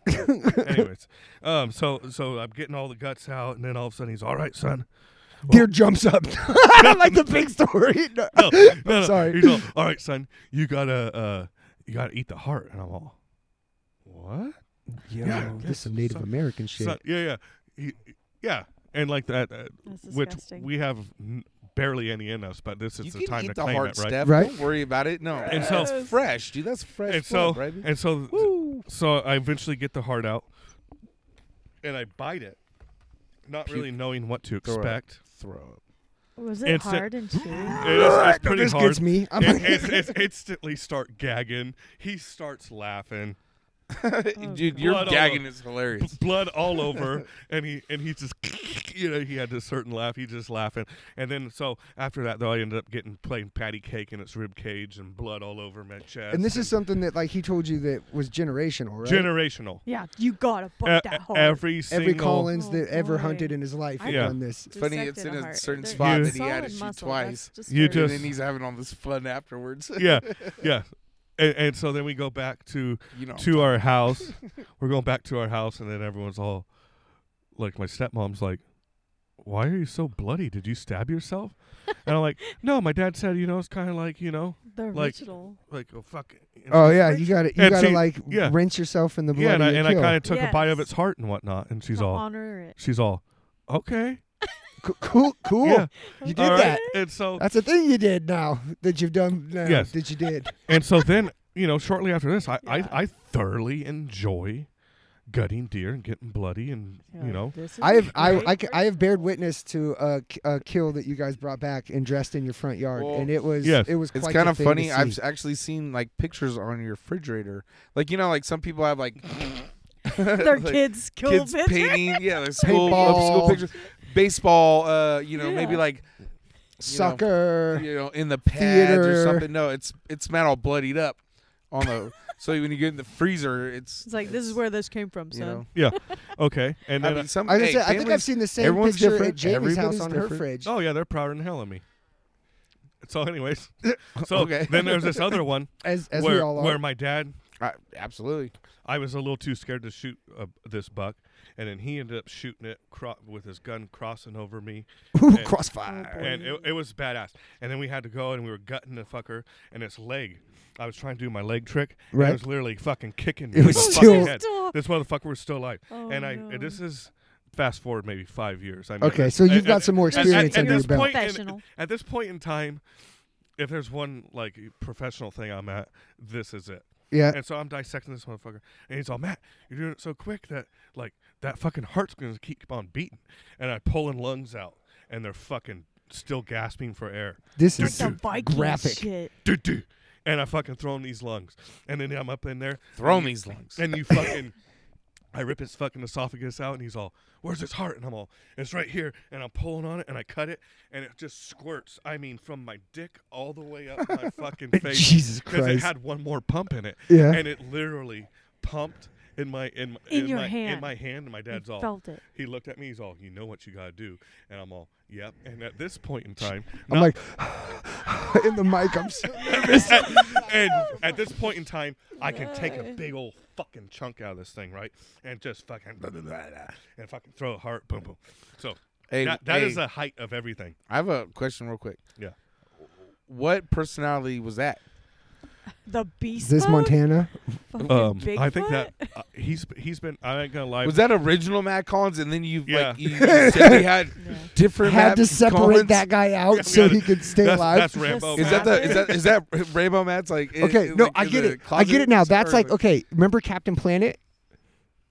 anyways, um, so so I'm getting all the guts out, and then all of a sudden he's all right, son. Deer jumps up. I like the big story. No. no, no, no. sorry. He's all, all right, son, you gotta, uh, you gotta eat the heart, and I'm all, what? Yo, Yeah. this some Native So- American shit. Son- yeah, yeah, He- yeah, and like that, uh, That's which disgusting. we have n- barely any in us, but this is you the can time eat to the claim hard it, right? Steph. Right? Don't worry about it. No, And so- that's fresh, dude. That's fresh. And so, blood, baby. and so, so I eventually get the heart out, and I bite it, not really knowing what to Throw up. expect. throw up. Was it Instant- hard and chewy? It is, it's pretty this hard. gets me. I'm It- like, it's, it's instantly start gagging. He starts laughing. Dude, God. your Blood all gagging over. is hilarious. b- blood all over and he and he just you know he had this certain laugh he just laughing and then so after that though i ended up getting playing patty cake in its rib cage and blood all over my chest and this is something that like he told you that was generational, right? generational Yeah, you gotta E- bite e- that hard. every single Every Collins Oh, that ever boy. hunted in his life I had Yeah. done this. It's funny, Dissected it's in a heart. certain They're- spot You- that he had to solid shoot muscle, twice. that's You disturbing. and just- then he's having all this fun afterwards. yeah yeah and, and so then we go back to you know. to our house we're going back to our house and then everyone's all like my stepmom's like why are you so bloody? Did you stab yourself? and I'm like, no, my dad said, you know, it's kind of like, you know, The Like- original. like, oh, fuck. it," you know? Oh yeah, you got to you And got to she- like yeah. rinse yourself in the blood. yeah, and I, of your and I kill. kind of took a bite of Yes. its heart and whatnot. And she's to all, honor it. she's all, okay. C- cool, cool. Yeah. You did all right." that. Uh, And so, That's a thing you did now that you've done now Yes. that you did. and so then, you know, shortly after this, I, Yeah. I, I thoroughly enjoy gutting deer and getting bloody and, you know, this is I have I, great I, c- I have person. bared witness to a, k- a kill that you guys brought back and dressed in your front yard, Well, and it was yes. it was It's quite kind the of thing to funny. I've see. s- actually seen like pictures on your refrigerator. Like you know, like some people have like Their like, kids killed kids Vince. painting, yeah, their school of Paintball. school pictures, baseball. Uh, you know, maybe Yeah. like sucker. you know in the pads Theater. or something. No, it's it's not all bloodied up on the. so when you get in the freezer, it's It's like this is where this came from, you son. know. okay. And I then, mean, some. I, was hey, gonna say, I think I've families- seen the same everyone's picture at different. Jamie's house Everybody's on her different. fridge. oh, yeah, they're prouder than hell of me. So, anyways, so Okay. then there's this other one as as where, we all are. where my dad I- absolutely. I was a little too scared to shoot uh, this buck, and then he ended up shooting it cro- with his gun crossing over me, Ooh, and- crossfire. and it, it was badass. And then we had to go and we were gutting the fucker, and its leg. I was trying to do my leg trick, and Right. it was literally fucking kicking me. It in was the still- fucking head. Stop. This motherfucker was still alive, Oh, and I. no. and This is fast forward maybe five years. I mean, Okay, so and- you've got and- some more and- experience at, under your this belt. point in- Professional. at this point in time, if there's one like professional thing I'm at, this is it. Yeah, And so I'm dissecting this motherfucker, and he's all, "Matt, you're doing it so quick that like that fucking heart's gonna keep on beating." And I pulling lungs out, and they're fucking still gasping for air. this Like is the Viking graphic. shit. Do do. And I fucking throw him these lungs, and then I'm up in there, Throw 'em these lungs. and you fucking, I rip his fucking esophagus out, and he's all, "Where's his heart?" And I'm all, "It's right here." And I'm pulling on it, and I cut it, and it just squirts. I mean, from my dick all the way up my fucking face. Jesus because it Christ. had one more pump in it. Yeah. and it literally pumped in my in, my- In your my, in hand. my hand. And my dad's all. Felt it. He looked at me. He's all, "You know what you gotta do," and I'm all, "Yep." And at this point in time, I'm not- like in the mic. I'm so and at this point in time, I can take a big old fucking chunk out of this thing, right, and just fucking blah, blah, blah, blah, and fucking throw a heart, boom, boom. So Hey, that, that is hey. the height of everything. I have a question, real quick. Yeah. What personality was that? The beast. is this mode? Montana? Fucking Um, I think Bigfoot? that uh, he's he's been. I ain't gonna lie. Was that original Matt Collins, and then you've Yeah. like you, you said we had Yeah. different Had Matt to separate Collins? that guy out Yeah, we so gotta- he could stay that's, alive. That's Rambo. Yes. Is Matt. that the is that is that Rainbow Matt's like in- Okay, in, no, like, I in get the it. I get it now. closet That's or, like okay. Remember Captain Planet?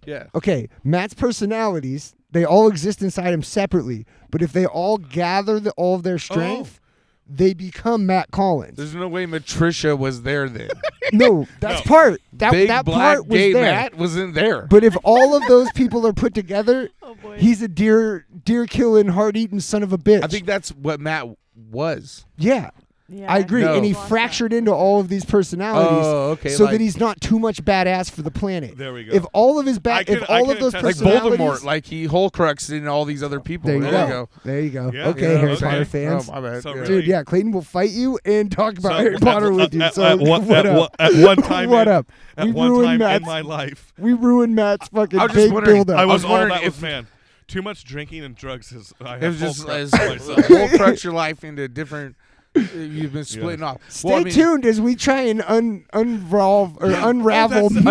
yeah. Okay, Matt's personalities they all exist inside him separately, but if they all gather the, all of their strength, they become Matt Collins. Oh. There's no way Matricia was there then. no, that's No. part. That Big that black part was gay there. Matt wasn't there. But if all of those people are put together, Oh boy. he's a deer deer killing, hard eating son of a bitch. I think that's what Matt was. yeah, Yeah, I agree. No. And he Lost that. fractured into all of these personalities, Oh, okay, so that like- he's not too much badass for the planet. There we go. If all of his I bad, can- if I all can of those attest Like to that. personalities, Voldemort, like he Horcruxed and all these other people. There you There go. you There you go. Yeah. okay, Yeah, Harry okay. Potter Oh, fans. my bad. So Yeah. really- Dude, yeah, Clayton will fight you and talk about So, Harry at- Potter with at- you. At, so at one, what at up? one- at one time, What in- up? At We one ruined time Matt's- in my life, We ruined Matt's fucking I was just big wondering- buildup. I was was, all wondering that if- was man. Too much drinking and drugs is. I It was have just full crap as to myself. Horcrux your life into different. uh, You've been splitting off. Stay Well, I mean, tuned as we try and un- unravel or Yeah. unravel Oh, that's-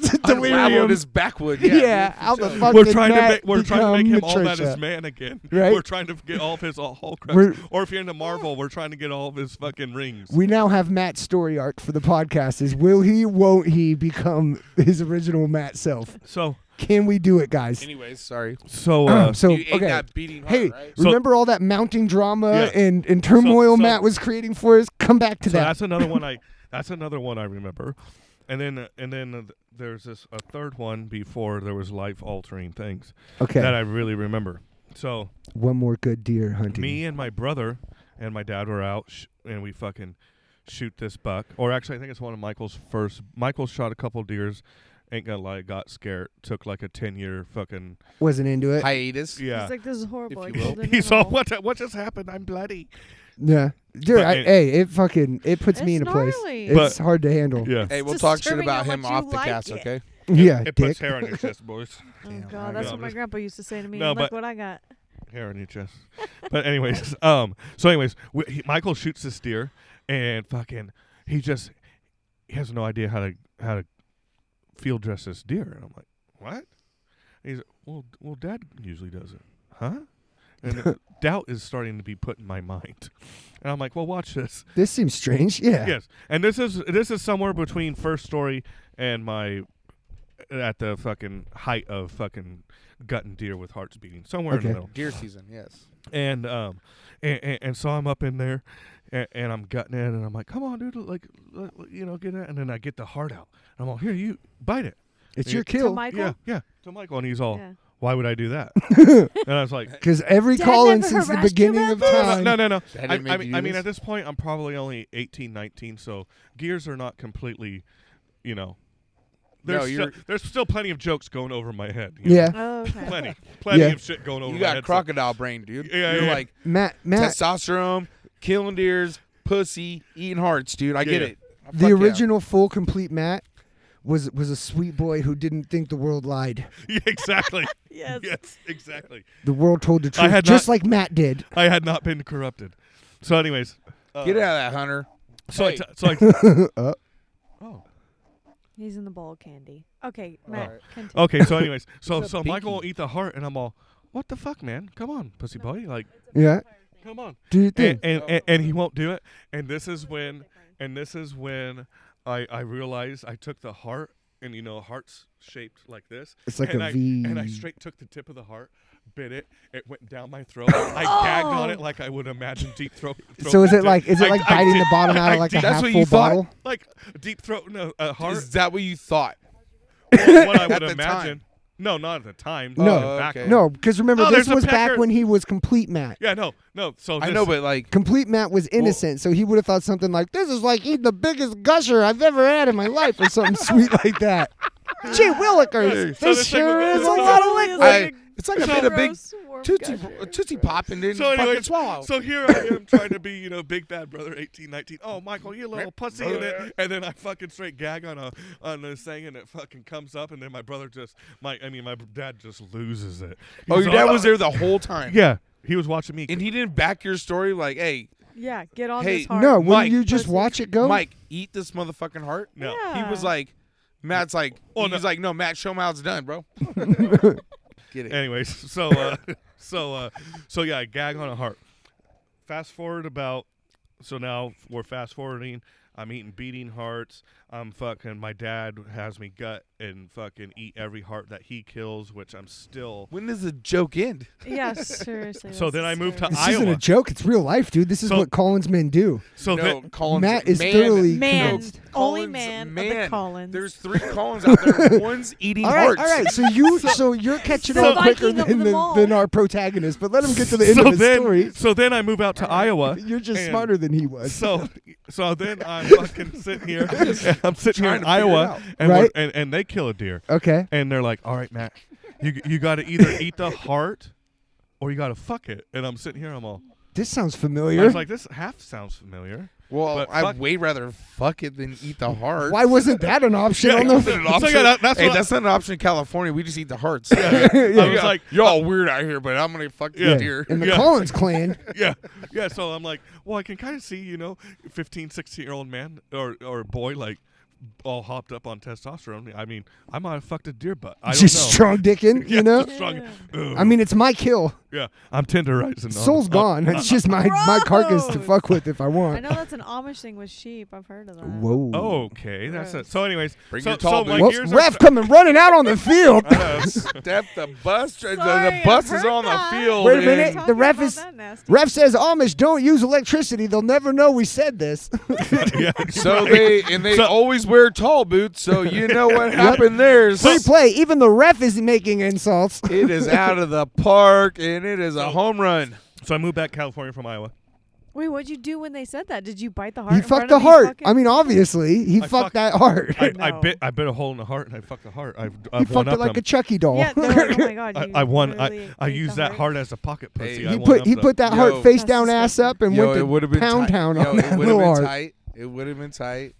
Matt's Unraveled delirium. is backwood. yeah, Yeah. how the So- fuck we're did trying Matt to make we're trying to make become him all that Matricia? is man again. Right? We're trying to get all of his all whole We're- crap. Or if you're into Marvel, we're trying to get all of his fucking rings. We now have Matt's story arc for the podcast: is will he, won't he become his original Matt self? so Can we do it, guys? Anyways, sorry. so Um, uh, so you ate okay. that beating heart, Hey, right? So- remember all that mounting drama Yeah. and, and turmoil So- so- Matt was creating for us? Come back to so that. that's another one I that's another one I remember. And then uh, and then uh, th- there's this a third one before there was life altering things Okay. that I really remember. So One more good deer hunting. me and my brother and my dad were out sh- and we fucking shoot this buck or actually i think it's one of michael's first michael shot a couple deers ain't gonna lie got scared took like a 10 year fucking Wasn't into it. Hiatus. yeah He's like, this is If horrible. I you killed will. an he's all animal." what, the- what just happened i'm bloody yeah. Dude, But I, it- hey, it fucking it puts me in It's a place. gnarly. It's hard to handle. yeah Hey, It's we'll talk shit disturbing about how him much off you the like cast, it. okay? Yeah, it dick. puts hair on your chest boys Oh Damn, I god, that's know. what my grandpa used to say to me. No, Look but- what I got. hair on your chest. but anyways, um, so anyways, we, he, Michael shoots this deer, and fucking, he just he has no idea how to how to field dress this deer. And I'm like, what? And he's like, well, d- well, Dad usually does it, huh? And doubt is starting to be put in my mind, and I'm like, well, watch this. This seems strange. Yeah. Yes, and this is this is somewhere between first story and my at the fucking height of fucking gutting deer with hearts beating somewhere in Okay. the middle Deer season, yes. and um and, and, and so I'm up in there and, and I'm gutting it and I'm like come on dude like l- l- you know get it and then I get the heart out and I'm all here you bite it It's Yeah. your To kill. Michael? yeah yeah to Michael and he's all Yeah. why would I do that and I was like Because every Dad call in never since the harassed you beginning about of this? no time. no no, no. That I, didn't make I you mean, do I mean this? at this point I'm probably only 18 19 so gears are not completely you know No, there's you're- still, there's still plenty of jokes going over my head you know? Yeah. Oh, okay. plenty plenty Yeah. of shit going over You my got head, so- crocodile brain, dude. Yeah, yeah, You're yeah. like Matt, Matt, testosterone, killing deers, pussy, eating hearts, dude. I Yeah, get yeah. it. Fuck the yeah. original full complete Matt was was a sweet boy who didn't think the world lied. yeah, exactly Yes. yes exactly The world told the I truth, had just not- like Matt did. I had not been corrupted so anyways Get out of that, Hunter. So I Hey. t- so I t- Uh. oh. He's in the bowl of candy. Okay, Matt, right. continue. Okay, so anyways, so What's so up, Michael will Binky? eat the heart and I'm all, "What the fuck, man? Come on, pussy boy. Like, Yeah. come on." Do you think? And and, and and he won't do it. And this is when and this is when I I realized I took the heart and you know, hearts shaped like this. It's like and a I- V. And I straight took the tip of the heart, bit it, it went down my throat. I gagged on Oh. it like I would imagine deep throat. so is throating it like is it eh, I- like I biting did- the bottom out I of like a did- that's half what full you thought? bottle? like deep throat no, a heart? Is that what you thought? what I would the imagine. time. No, not at the time. No. Oh, Looking back Okay. on it. No, because remember Oh, this there's a was back pecker. when he was complete Matt. Yeah, no, no. So I this- know, but like, Complete Matt was innocent, so he would have thought something like, "This is like eating the biggest gusher I've ever had in my life," or something sweet like that. Gee willikers, So this it's like sure with- is a it's lot of like- liquid. Like I, a it's like I made a big Gross warm tootsie, gusher. tootsie pop and didn't so anyway, fucking swallow. so here I am trying to be, you know, big bad brother, eighteen, nineteen. Oh, Michael, you little pussy, and then, and then I fucking straight gag on a on this thing, and it fucking comes up, and then my brother just, my, I mean, my dad just loses it. oh, He's your all- dad was there the whole time. Yeah, he was watching me. And he didn't back your story like, hey, Yeah, get on Hey, this hard. No, wouldn't Mike, you just pussy. watch it go? Mike, eat this motherfucking heart. no, Yeah. He was like, Matt's like, Oh, he's no. like, no, Matt, show me how it's done, bro. Get it. Anyways, so uh, so uh, so yeah, I gag on a heart. Fast forward about so now we're fast forwarding. I'm eating beating hearts. I'm fucking. My dad has me gut and fucking eat every heart that he kills, which I'm still. When does the joke end? Yeah, seriously. So this then is I moved to scary. this isn't a Iowa. joke. It's real life, dude. This is So- what Collins men do. So no, then, Collins. Matt is man, thoroughly Man, convinced. only Collins, man, of the man. Collins. There's three Collins out there. One's eating All right, hearts. all right. So you, so, you're catching So on quicker Viking of than, them the, all. than our protagonist. But let him get to the end so of his then, story. so then I move out to Iowa. You're just and- smarter than he was. So, so then I'm fucking sitting here. I'm sitting here trying to figure in it Iowa, out. and, we're- Right. and and they kill a deer. okay. and they're like, "All right, Matt, you you got to either eat the heart, or you got to fuck it." And I'm sitting here, I'm all, This sounds I familiar. was like, "This half sounds familiar." Well, But fuck- I'd way rather fuck it than eat the heart. Why wasn't that an option Yeah, on yeah. the? That's not an So, option. yeah, that- that's hey, what- that's not an option in California. We just eat the hearts. I was Yeah, like, "Oh, you're all weird out here, but I'm gonna fuck Yeah. this deer. In the Yeah. Collins clan, "Yeah, yeah." So I'm like, "Well, I can kind of see, you know, 15, 16 year old man or or boy like." All hopped up on testosterone. I mean, I might have fucked a deer butt. I don't just know. strong dicking, Yeah, you know. just strong- Ugh. I mean, it's my kill. yeah, I'm tenderizing. on it. Oh. Soul's Uh, gone. It's just my my carcass to Gross. fuck with if I I want. know that's an Amish thing with sheep. I've heard of that. Whoa. Oh, Okay, that's it. So, anyways, Bring so, your so tall my dude. Whoops, gears are- ref coming running out on the field. Uh. Step the bus. the- the Sorry, bus I is heard on the that. field. Wait a minute, and- the Talking ref about is- that nasty. Ref says Amish don't use electricity. They'll never know we said this. yeah, So they and they So- always wear tall boots. So you know what happened there. is Free play. Even the ref is making insults. it is out of the park, and it is a home run. so I moved back to California from Iowa. Wait, what'd you do when they said that? Did you bite the heart? He in front fucked the of these heart. fucking- I mean, obviously, he I fucked fucked- that heart. I, I No. bit I bit a hole in the heart and I fucked the heart. I've, he I've won fucked it up like a them. Chucky doll. Yeah, they're like, oh my god. I, you I won. I, literally I ate used the that heart as a pocket pussy. Hey, I he won put up he the- put that Yo. heart face That's down, ass disgusting. up, and Yo, went it would to have been pound tight. town Yo, on it would've that little been heart. tight. It would have been tight.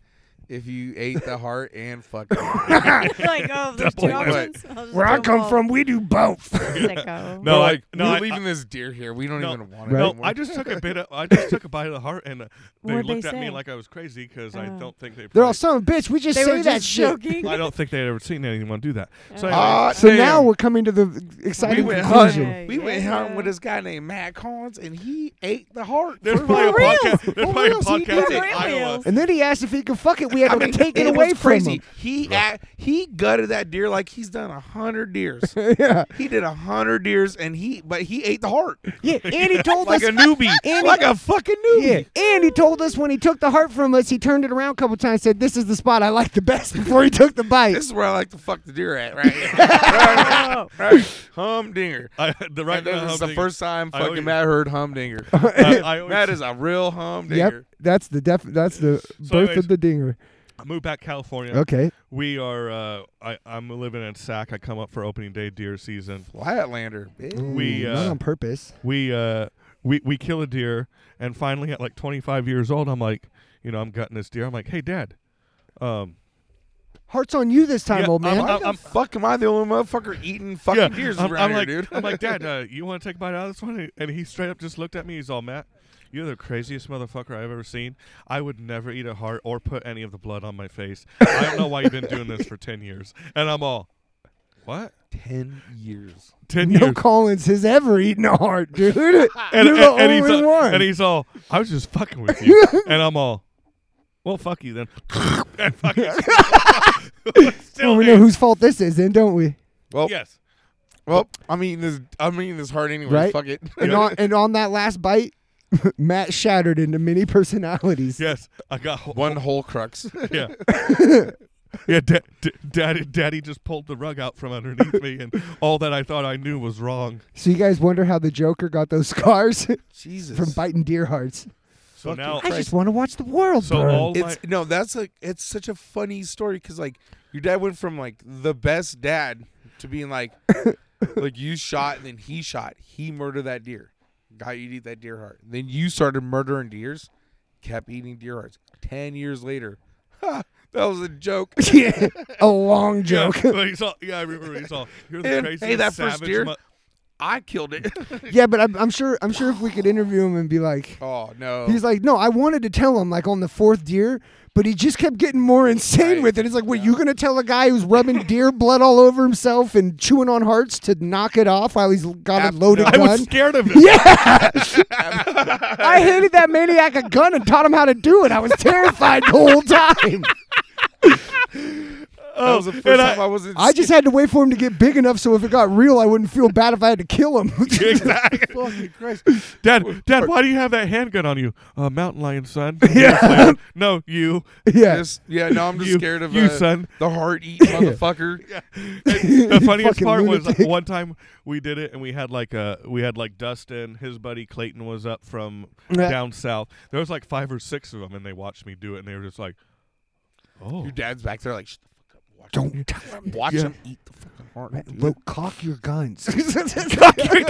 if you ate the heart and fucking. like, oh, there's two Double whammy. options. I'll just Where I do come both. from, we do both. Sicko. No, I like, no, we're I, leaving this deer here. We don't No, even want it. Right. no. anymore. I just took a bit. Of, I just took a bite of the heart, and uh, they What'd they looked at me say? like I was crazy because I Oh. don't think they. They're probably- all son of a bitch. We just They say were that just shit. joking. I don't think they had ever seen anyone do that. So Oh. anyway, Ah, So damn. now we're coming to the exciting went conclusion. hunting. we went Yeah. hunting with this guy named Matt Collins, and he ate the heart. there's for probably a real. podcast. There's For probably a reals, he podcast did in it. Iowa. Reels. And then he asked if he could fuck it. We had I to mean, take it, was away crazy. from He at- he gutted that deer like he's done a hundred deers. him. yeah, he did a hundred deers, and he but he ate the heart yeah. And he told like us a newbie, And like he- a fucking newbie. Yeah, and he told us when he took the heart from us, he turned it around a couple times, said, "This is the spot I like the best." Before he took the bite, This is where I like to fuck the deer at, right? right, right. Humdinger. I, the Uh, right and this now, is I'm the thinking- first time I fucking always- Matt heard humdinger. I, I always Matt is a real humdinger. yep, that's the def- that's the birth anyways- of the dinger. moved back to California. Okay, We are. Uh, I, I'm living in Sac. I come up for opening day deer season. Flatlander. bitch. We, not uh, on purpose. we uh we we kill a deer and finally at like 25 years old i'm like you know i'm gutting this deer i'm like hey dad um Heart's on you this time, Yeah, old man. I'm- Why the fuck am I the only motherfucker eating fucking yeah, deers I'm, around I'm here, like dude? i'm like dad uh, you want to take a bite out of this one and he straight up just looked at me he's all matt you're the craziest motherfucker I've ever seen. I would never eat a heart or put any of the blood on my face. I don't know why you've been doing this for 10 years. And I'm all, what? Ten years. 10 no years? Collins has ever eaten a heart, dude. You're and, the and- and only he's all, one. And he's all, I was just fucking with you. and I'm all, well, fuck you then. and fucking still Oh, we ate. know whose fault this is, then, don't we? Well, Yes. well, I'm eating this. I'm eating this heart anyway. Right? Fuck it. And on and on that last bite, Matt shattered into many personalities. Yes. I got ho- One whole crux. Yeah. yeah. Da- da- daddy, daddy just pulled the rug out from underneath me, and all that I thought I knew was wrong. So you guys wonder how the Joker got those scars Jesus. from biting deer hearts? So Fucking now, I Christ. just want to watch the world so burn. all my. it's no. That's like it's such a funny story because like your dad went from like the best dad to being like like you shot and then he shot. He murdered that deer. Got you to eat that deer heart. Then you started murdering deers. Kept eating deer hearts. Ten years later, ha, that was a joke. yeah, a long Yeah, joke. but he's all, yeah, I remember he's all, you're the And, craziest hey, that first savage deer- mo- I killed it. Yeah, but I'm, I'm sure I'm sure if we could interview him and be like, oh no. he's like, no, I wanted to tell him like on the fourth deer, but he just kept getting more insane Right. with it. It's like, what you gonna tell a guy who's rubbing deer blood all over himself and chewing on hearts to knock it off while he's got Ab- a loaded I gun? was scared of it. yeah, I handed that maniac a gun and taught him how to do it. I was terrified the whole time. that was the first and I- time I, wasn't. I just had to wait for him to get big enough so if it got real, I wouldn't feel bad if I had to kill him. exactly. fucking Christ. Dad, Dad, why do you have that handgun on you? Uh, mountain lion, son. Yeah. no, you. yeah. Just- yeah, no, I'm just You- scared of you, uh, son. the heart eating motherfucker. The funniest Fucking part was uh, lunatic. one time we did it, and we had like uh we had like Dustin, his buddy Clayton was up from Yeah. down south. There was like five or six of them, and they watched me do it, and they were just like, "Oh, Your dad's back there, like, shut the fuck up. Watch him. Don't tell him. Watch Yeah. him eat the fucking heart. Right, dude. Well, cock your guns.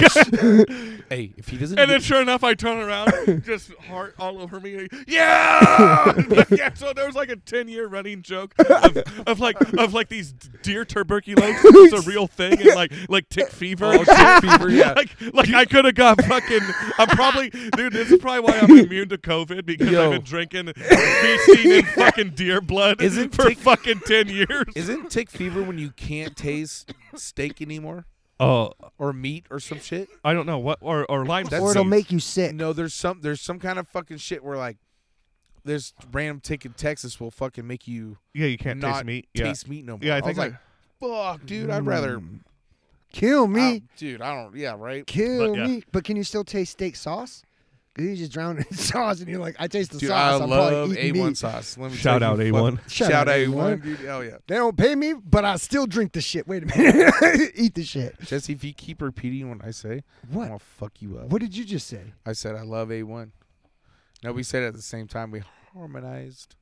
Hey, if he doesn't, And get- then, sure enough, I turn around, just heart all over me. Yeah, yeah. So there was like a ten-year running joke of, of like of like these deer tuberculosis is a real thing, and like like tick fever. Oh, tick fever, yeah. Like like I could have got fucking. I'm probably dude. This is probably why I'm immune to COVID because Yo. I've been drinking, and feasting in fucking deer blood Isn't for tick- fucking ten years. isn't tick fever when you can't taste steak anymore Oh, or meat or some shit? I don't know what or or Lyme That's- or it'll make you sick. No, there's some there's some kind of fucking shit where like there's random tick in Texas will fucking make you yeah, you can't not taste meat. taste meat no more. Yeah, I I, Mm. think was like, fuck, dude, I'd rather Kill I me. don't- dude, I don't. Yeah, right. Kill But, yeah. me. Um, But can you still taste steak sauce? 'Cause You just drown in sauce and you're like, I taste the Dude, sauce. I am love probably A1 eating meat. sauce. Let me Shout tell out you, A1. fuck- Shout, out A1. A1. dude. Hell yeah. They don't pay me, but I still drink the shit. Wait a minute. Eat the shit. Jesse, if you keep repeating what I say, I'm What? gonna fuck you up. What did you just say? I said I love A1. No, we said it at the same time. We harmonized.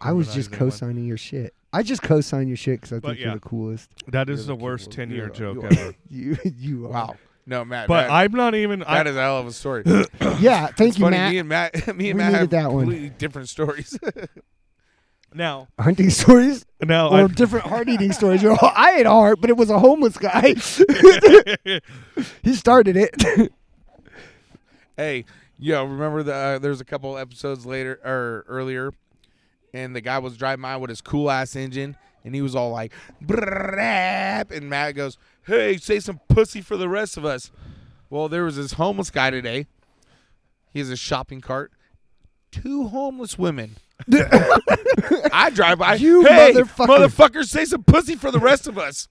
I was just co Harmonizing signing your shit. I just co sign your shit because I But think you're yeah. the coolest. That is You're the the worst killer. ten-year You're a- joke you are- ever. You you are. Wow. No, Matt. But that- I'm not even. that I, is a hell of a story. Yeah, thank It's you, funny, Matt. Me and Matt, me We and Matt needed have that one. completely different stories. Now, hunting stories now or I, different heart eating stories. You're all, I ate a heart, but it was a homeless guy. he started it. Hey, yo, remember the uh, there's a couple episodes later or earlier, and the guy was driving by with his cool ass engine, and he was all like, "Brrrap," and Matt goes, "Hey, say some pussy for the rest of us." Well, there was this homeless guy today. He has a shopping cart. Two homeless women. I drive by. You hey, motherfucker." motherfucker, say some pussy for the rest of us.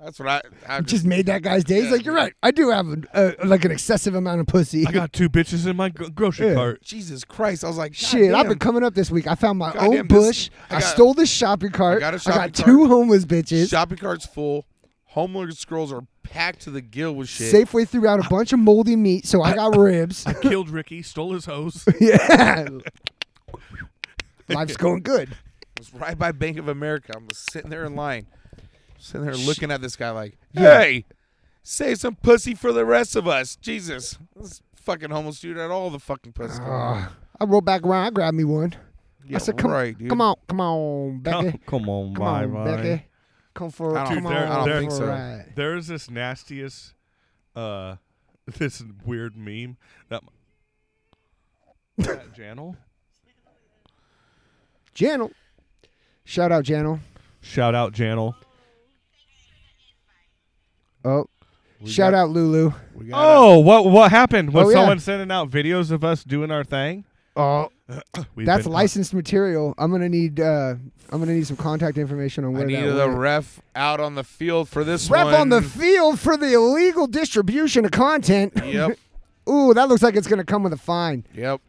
That's what I. I just, Just made that guy's day. He's like, you're right. I do have a, a, like an excessive amount of pussy. I got two bitches in my gro- grocery Yeah. cart. Jesus Christ! I was like, Shit, I've "Goddamn." been coming up this week. I found my Goddamn, own this- bush. I I, got- stole this shopping cart. got a I shopping got two cart. homeless bitches. Shopping cart's full. Homeless girls are packed to the gill with shit. Safeway threw out a bunch of moldy meat, so I got ribs. Killed Ricky, stole his hose. yeah. Life's going good. It was right by Bank of America. I'm just sitting there in line, sitting there looking at this guy like, Yeah. "Hey, save some pussy for the rest of us." Jesus, this fucking homeless dude had all the fucking pussy. Uh, I rolled back around. I grabbed me one. Yeah, I said, come, right, dude. come on, come on, Becky. Come, Come on, on, Becky. Come for I don't come think- I on, don't think for a so. ride." There's this nastiest, uh, this weird meme that Matt Jannel. Jannel. Shout out, Jannel. Shout out Jannel. Oh, shout out, Lulu. We got a- Oh, what what happened? Was Oh, yeah. someone sending out videos of us doing our thing? Oh, We've that's been- licensed material. I'm gonna need. Uh, I'm gonna need some contact information on I where that needed a went. ref out on the field for this Ref one. on the field for the illegal distribution of content. yep, Ooh, that looks like it's gonna come with a fine. yep.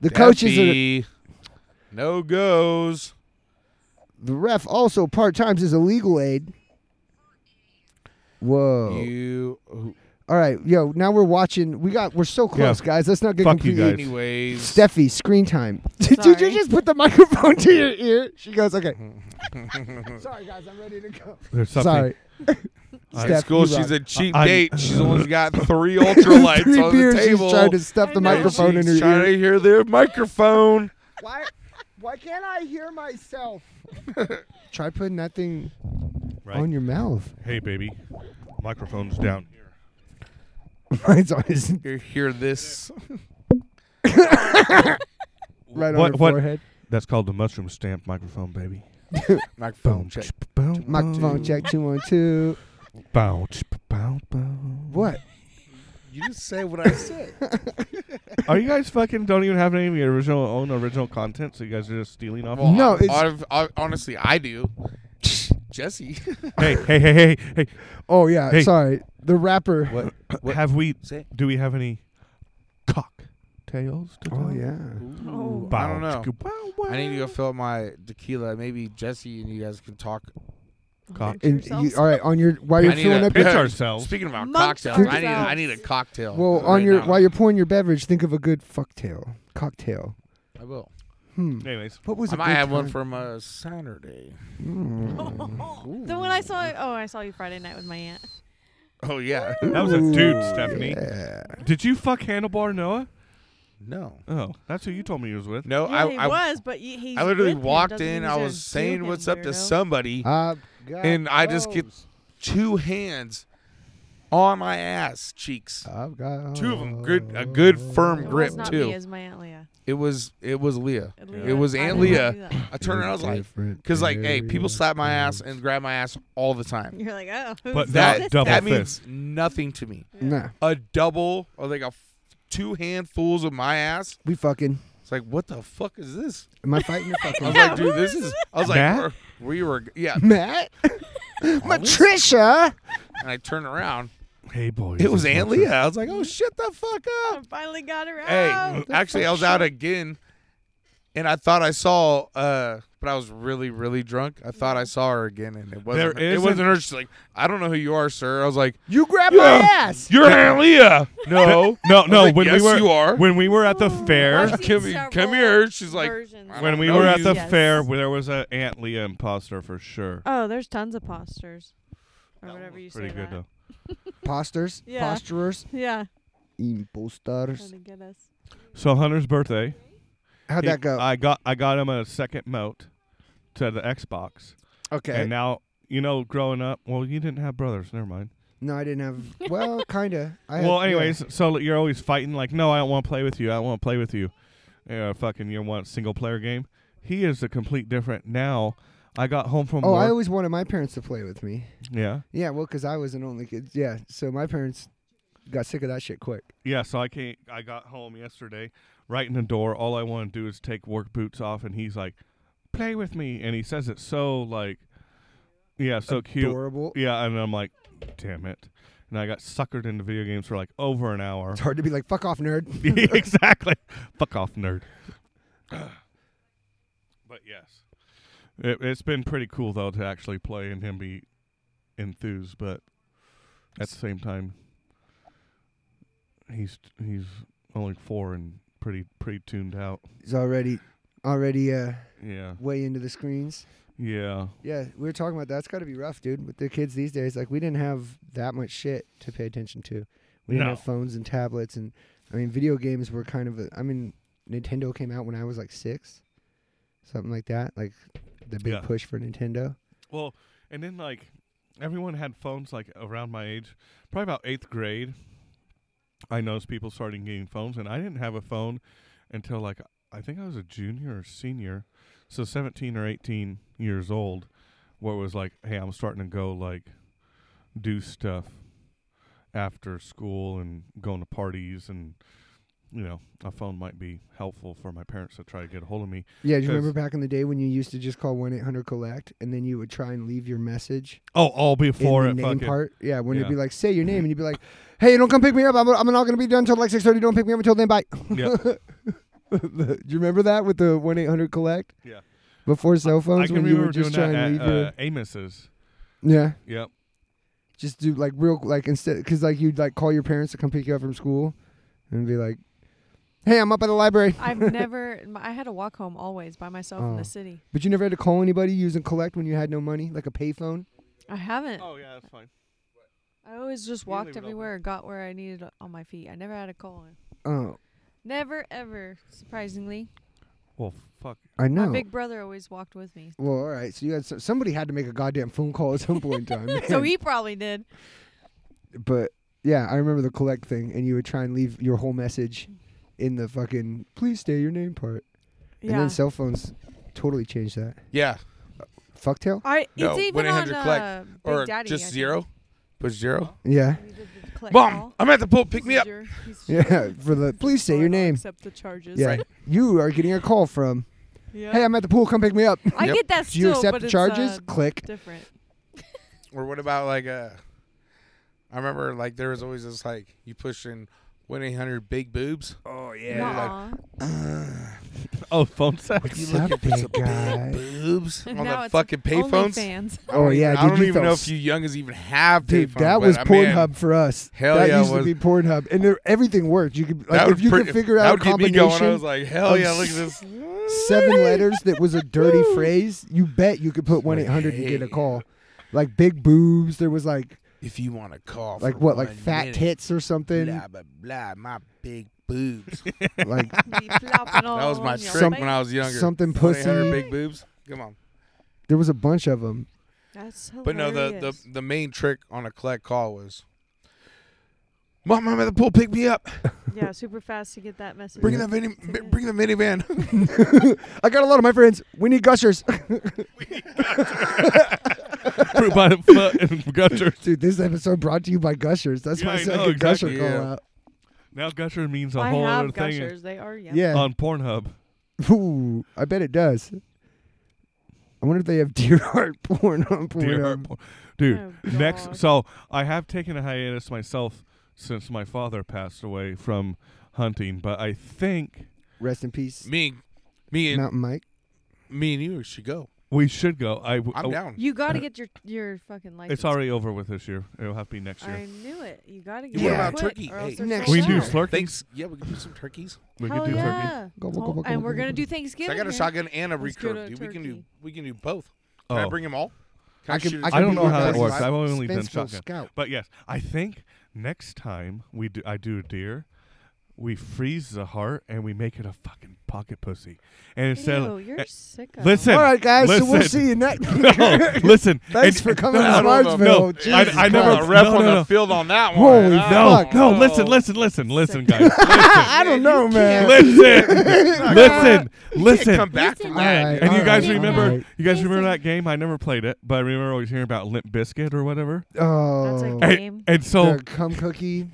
The coaches are Daffy, no goes. the ref also part times his illegal aid. Whoa. You who- All right, yo, now we're watching we got we're so close, guys. Let's not get Fuck you completely guys. anyways. Steffi, screen time. Did you Sorry. just put the microphone to your ear? She goes, okay. Sorry, guys, I'm ready to go. There's something. Sorry. High At Steph, school, you she's rock. a cheap I- date. She's only got three ultralights Three on beers, the table. she's trying to stuff the I know. microphone in She's her trying ear. to hear their microphone. Why, why can't I hear myself? Try putting that thing Right. on your mouth. Hey, baby. Microphone's down here. Mine's on his You hear this? right What- on her what- forehead. That's called the mushroom stamp microphone, baby. Microphone check. Bounce, Microphone check two one two. bounce, bounce, bounce. What? You just say what I said. Are you guys fucking don't even have any of your original own original content? So you guys are just stealing off. Well, No, I- it's- I've- I- honestly, I do. Jesse, hey, hey, hey, hey, hey. Oh yeah, Hey. sorry. The rapper. what? What? Have we? Say. Do we have any cock tails? To Oh tell? yeah. Oh. I don't know. Bounce, bow, wow. I need to go fill up my tequila. Maybe Jesse and you guys can talk. Cock. Amongst And yourselves. you, all right, on your while you're I need filling a- up your Pitch ourselves. Speaking about Amongst cocktails, I need a, ourselves. I need a cocktail. well right on your now. while you're pouring your beverage, think of a good fucktail cocktail. I will. Hmm. Anyways, What was I a might good have one time? Hmm. from uh, Saturday. Then when I saw, oh, I saw you Friday night with my aunt. Oh yeah. that was a dude, Stephanie. Yeah. Did you fuck handlebar Noah? No. Oh, that's who you told me he was with. No, yeah, I, he I was, but he, he's I literally with him, walked doesn't mean in. he's I gonna was do saying him, what's up to weirdo. somebody. I've got And I just get- hoes. two hands on my ass cheeks. I've got Two of them, good, a good firm It grip was not too. Me, it was my aunt Leah. it was, it was Leah. And It Leah- was I Aunt didn't wanna Leah. do that. I turned around, I was like, Different because like, hey, people areas. slap my ass and grab my ass all the time. You're like, oh, who's But that? That double that fist. means nothing to me. Nah, A double or like a f- two handfuls of my ass. we fucking. It's like, what the fuck is this? Am I fighting or fucking? I was Yeah, like, dude, who this is is. I was like, Matt? we're- we were, yeah. Matt, Matricia. And I turned around. Hey, boys. It was this Aunt one's Leah. I was like, oh, shit the fuck up. I finally got her Hey, out. actually, I was out again, and I thought I saw, uh, but I was really, really drunk. I thought I saw her again, and it wasn't. There her, it isn't- wasn't her. She's like, I don't know who you are, sir. I was like, You grabbed Yeah. my ass. You're Aunt Leah. No, No, I was no. like, when yes, we were you are. when we were at the fair, I've seen Come here- several come here. She's like, versions. I when don't we know were at you. the Yes. fair, where there was an Aunt Leah imposter for sure. Oh, there's tons of posters. Or whatever you Pretty say. good that. though. Posters, Yeah. posturers, Yeah. Trying imposters. to get us. So Hunter's birthday. How'd he- that go? I got I got him a second moat. to the Xbox. Okay. And now, you know, growing up, well, you didn't have brothers. Never mind. no, I didn't have. Well, kinda. I had- well, yeah. anyways, so you're always fighting, like, no, I don't want to play with you. I don't want to play with you. Yeah, fucking, you want single player game. He is a complete different. Now, I got home from Oh, work. I always wanted my parents to play with me. yeah. Yeah, well, because I was an only kid. Yeah, so my parents got sick of that shit quick. Yeah, so I can't. I got home yesterday, right in the door. All I want to do is take work boots off, and he's like, "Play with me," and he says it so like, yeah, so cute. Adorable. Yeah, and I'm like, "Damn it!" And I got suckered into video games for like over an hour. It's hard to be like, fuck off, nerd. exactly. Fuck off, nerd. but yes, it, it's been pretty cool though to actually play and him be enthused, but at the same time, he's he's only four and pretty pretty tuned out. He's already, already uh, Yeah, way into the screens. yeah, Yeah, we were talking about that's got to be rough, dude. With the kids these days, like we didn't have that much shit to pay attention to. We didn't No. have phones and tablets, and I mean, video games were kind of. A, I mean, Nintendo came out when I was like six, something like that. Like the big Yeah. push for Nintendo. Well, and then like everyone had phones like around my age, probably about eighth grade. I noticed people starting getting phones, and I didn't have a phone until like I think I was a junior or senior, so seventeen or eighteen years old, where it was like, hey, I'm starting to go like do stuff after school and going to parties and. You know, a phone might be helpful for my parents to try to get a hold of me. Yeah, do you 'Cause- remember back in the day when you used to just call one eight hundred collect, and then you would try and leave your message Oh, all before in it the name fucking part? Yeah, when Yeah. it'd be like, say your name, and you'd be like, hey, don't come pick me up. I'm, I'm not gonna be done until like six thirty. Don't pick me up until then. Bye. Yeah. do you remember that with the one eight hundred collect? Yeah. Before cell phones, I can when you remember were just doing trying that to leave at your uh, Amos's. yeah, Yep. just do like real like instead because like you'd like call your parents to come pick you up from school, and be like, "Hey, I'm up at the library," I've never. my- I had to walk home always by myself in Oh. the city. but you never had to call anybody using collect when you had no money, like a payphone. I haven't. Oh yeah, that's fine. I always just You leave walked it open. everywhere, got where I needed o- on my feet. I never had a colon. Oh, Never ever, surprisingly. Well, fuck. I know. My big brother always walked with me. well, all right. So you had so, somebody had to make a goddamn phone call at some point in time. So man. he probably did. but yeah, I remember the collect thing, and you would try and leave your whole message in the fucking please stay your name part, and Yeah. then cell phones totally changed that. Yeah. Fucktail. I, No, it's even on 1-800 collect, uh, Big Or Daddy, I just think. Oh, zero. Push zero. Yeah. We did the collect Mom, call. I'm at the pool. Uh, Pick This me is up. your- this is your- Yeah, for the please say your I'll name. Accept the charges. Yeah, Right. you are getting a call from. Yeah. Hey, I'm at the pool. Come pick me up. I Yep. get that Do still, you but accept the it's, charges? uh, Click. different. Or what about like uh I remember like there was always this like you push in one eight hundred big boobs. Oh Nuh-uh. Oh, phone sex. You looking for some big boobs on Now the it's fucking payphones? I OnlyFans. Oh don't yeah, even- dude, I don't you even know felt if you youngins even have Dude, payphones, that but, was I mean, Pornhub for us. Hell that yeah, it used was. to be Pornhub, and there, everything worked. You could, like, that if would you pretty- could figure that out a would get me going. I combination, was like, hell of yeah, look at this. seven letters that was a dirty phrase, you bet you could put one eight hundred to get a hey. call. Like big boobs. There was like If you want to call, like Oh, for what like one fat minute, tits or something. blah blah blah, my big boobs. that Like that was my trick trick when I was younger. something 1-800 pussy. big boobs. Come on. there was a bunch of them. That's hilarious. But no, the, the the main trick on a collect call was, "Mom, I'm at the pool. Pick me up. yeah, super fast to get that message. Bring the mini, bring the minivan." I got a lot of my friends. We need gushers. Fruit by the foot and Gusher. Dude, this episode brought to you by Gushers. That's Yeah, my I know, second exactly. Gusher Yeah. call out. Now Gusher means a I whole have other thing gushers. They are yummy. Yeah. Um, on Pornhub. Ooh, I bet it does. I wonder if they have deer heart porn on Pornhub. Dear heart porn. Dude, Oh, next. God. So I have taken a hiatus myself since my father passed away from hunting, but I think Rest in peace, me, me and Mountain Mike. me and you should go. we should go. I w- I'm oh, down. You got to get your your fucking license. It's already over with this year. It'll have to be next year. I knew it. You got to You get want it about quick, turkey? or else Hey, they're Next sold we can do out. slurkings. Thanks. Yeah, we can do some turkeys. We Hell could do yeah. turkey. Go, go, Oh, go, go, and go, we're go, gonna go. do So Thanksgiving. I got a here. shotgun and a Let's get recurve. a dude. We can do turkey. we can do both. Can I Oh. bring them all? I can- shoot a I I can don't turkey? be know your how that guys' works. I've live only done Suspenseful shotgun. scout. But yes, I think next time we do, I do a deer, we freeze the heart and we make it a fucking pocket pussy. And instead, Ew, you're eh, sick. listen, All right, guys. So we'll listen. see you next. No, listen. Thanks and- for coming to I don't know. Smartsville. No, Jesus I never- Christ. the ref no, on no, the no. field on that one. Holy No, fuck. no, listen, listen, listen, listen, guys. I don't know, man. listen, listen, Can't listen. come back from All that. right, And you all guys right, all remember? right. You guys remember that game? I never played it, but I remember always hearing about Limp Biscuit or whatever. Oh, That's a the Game. And, and so cum cookie.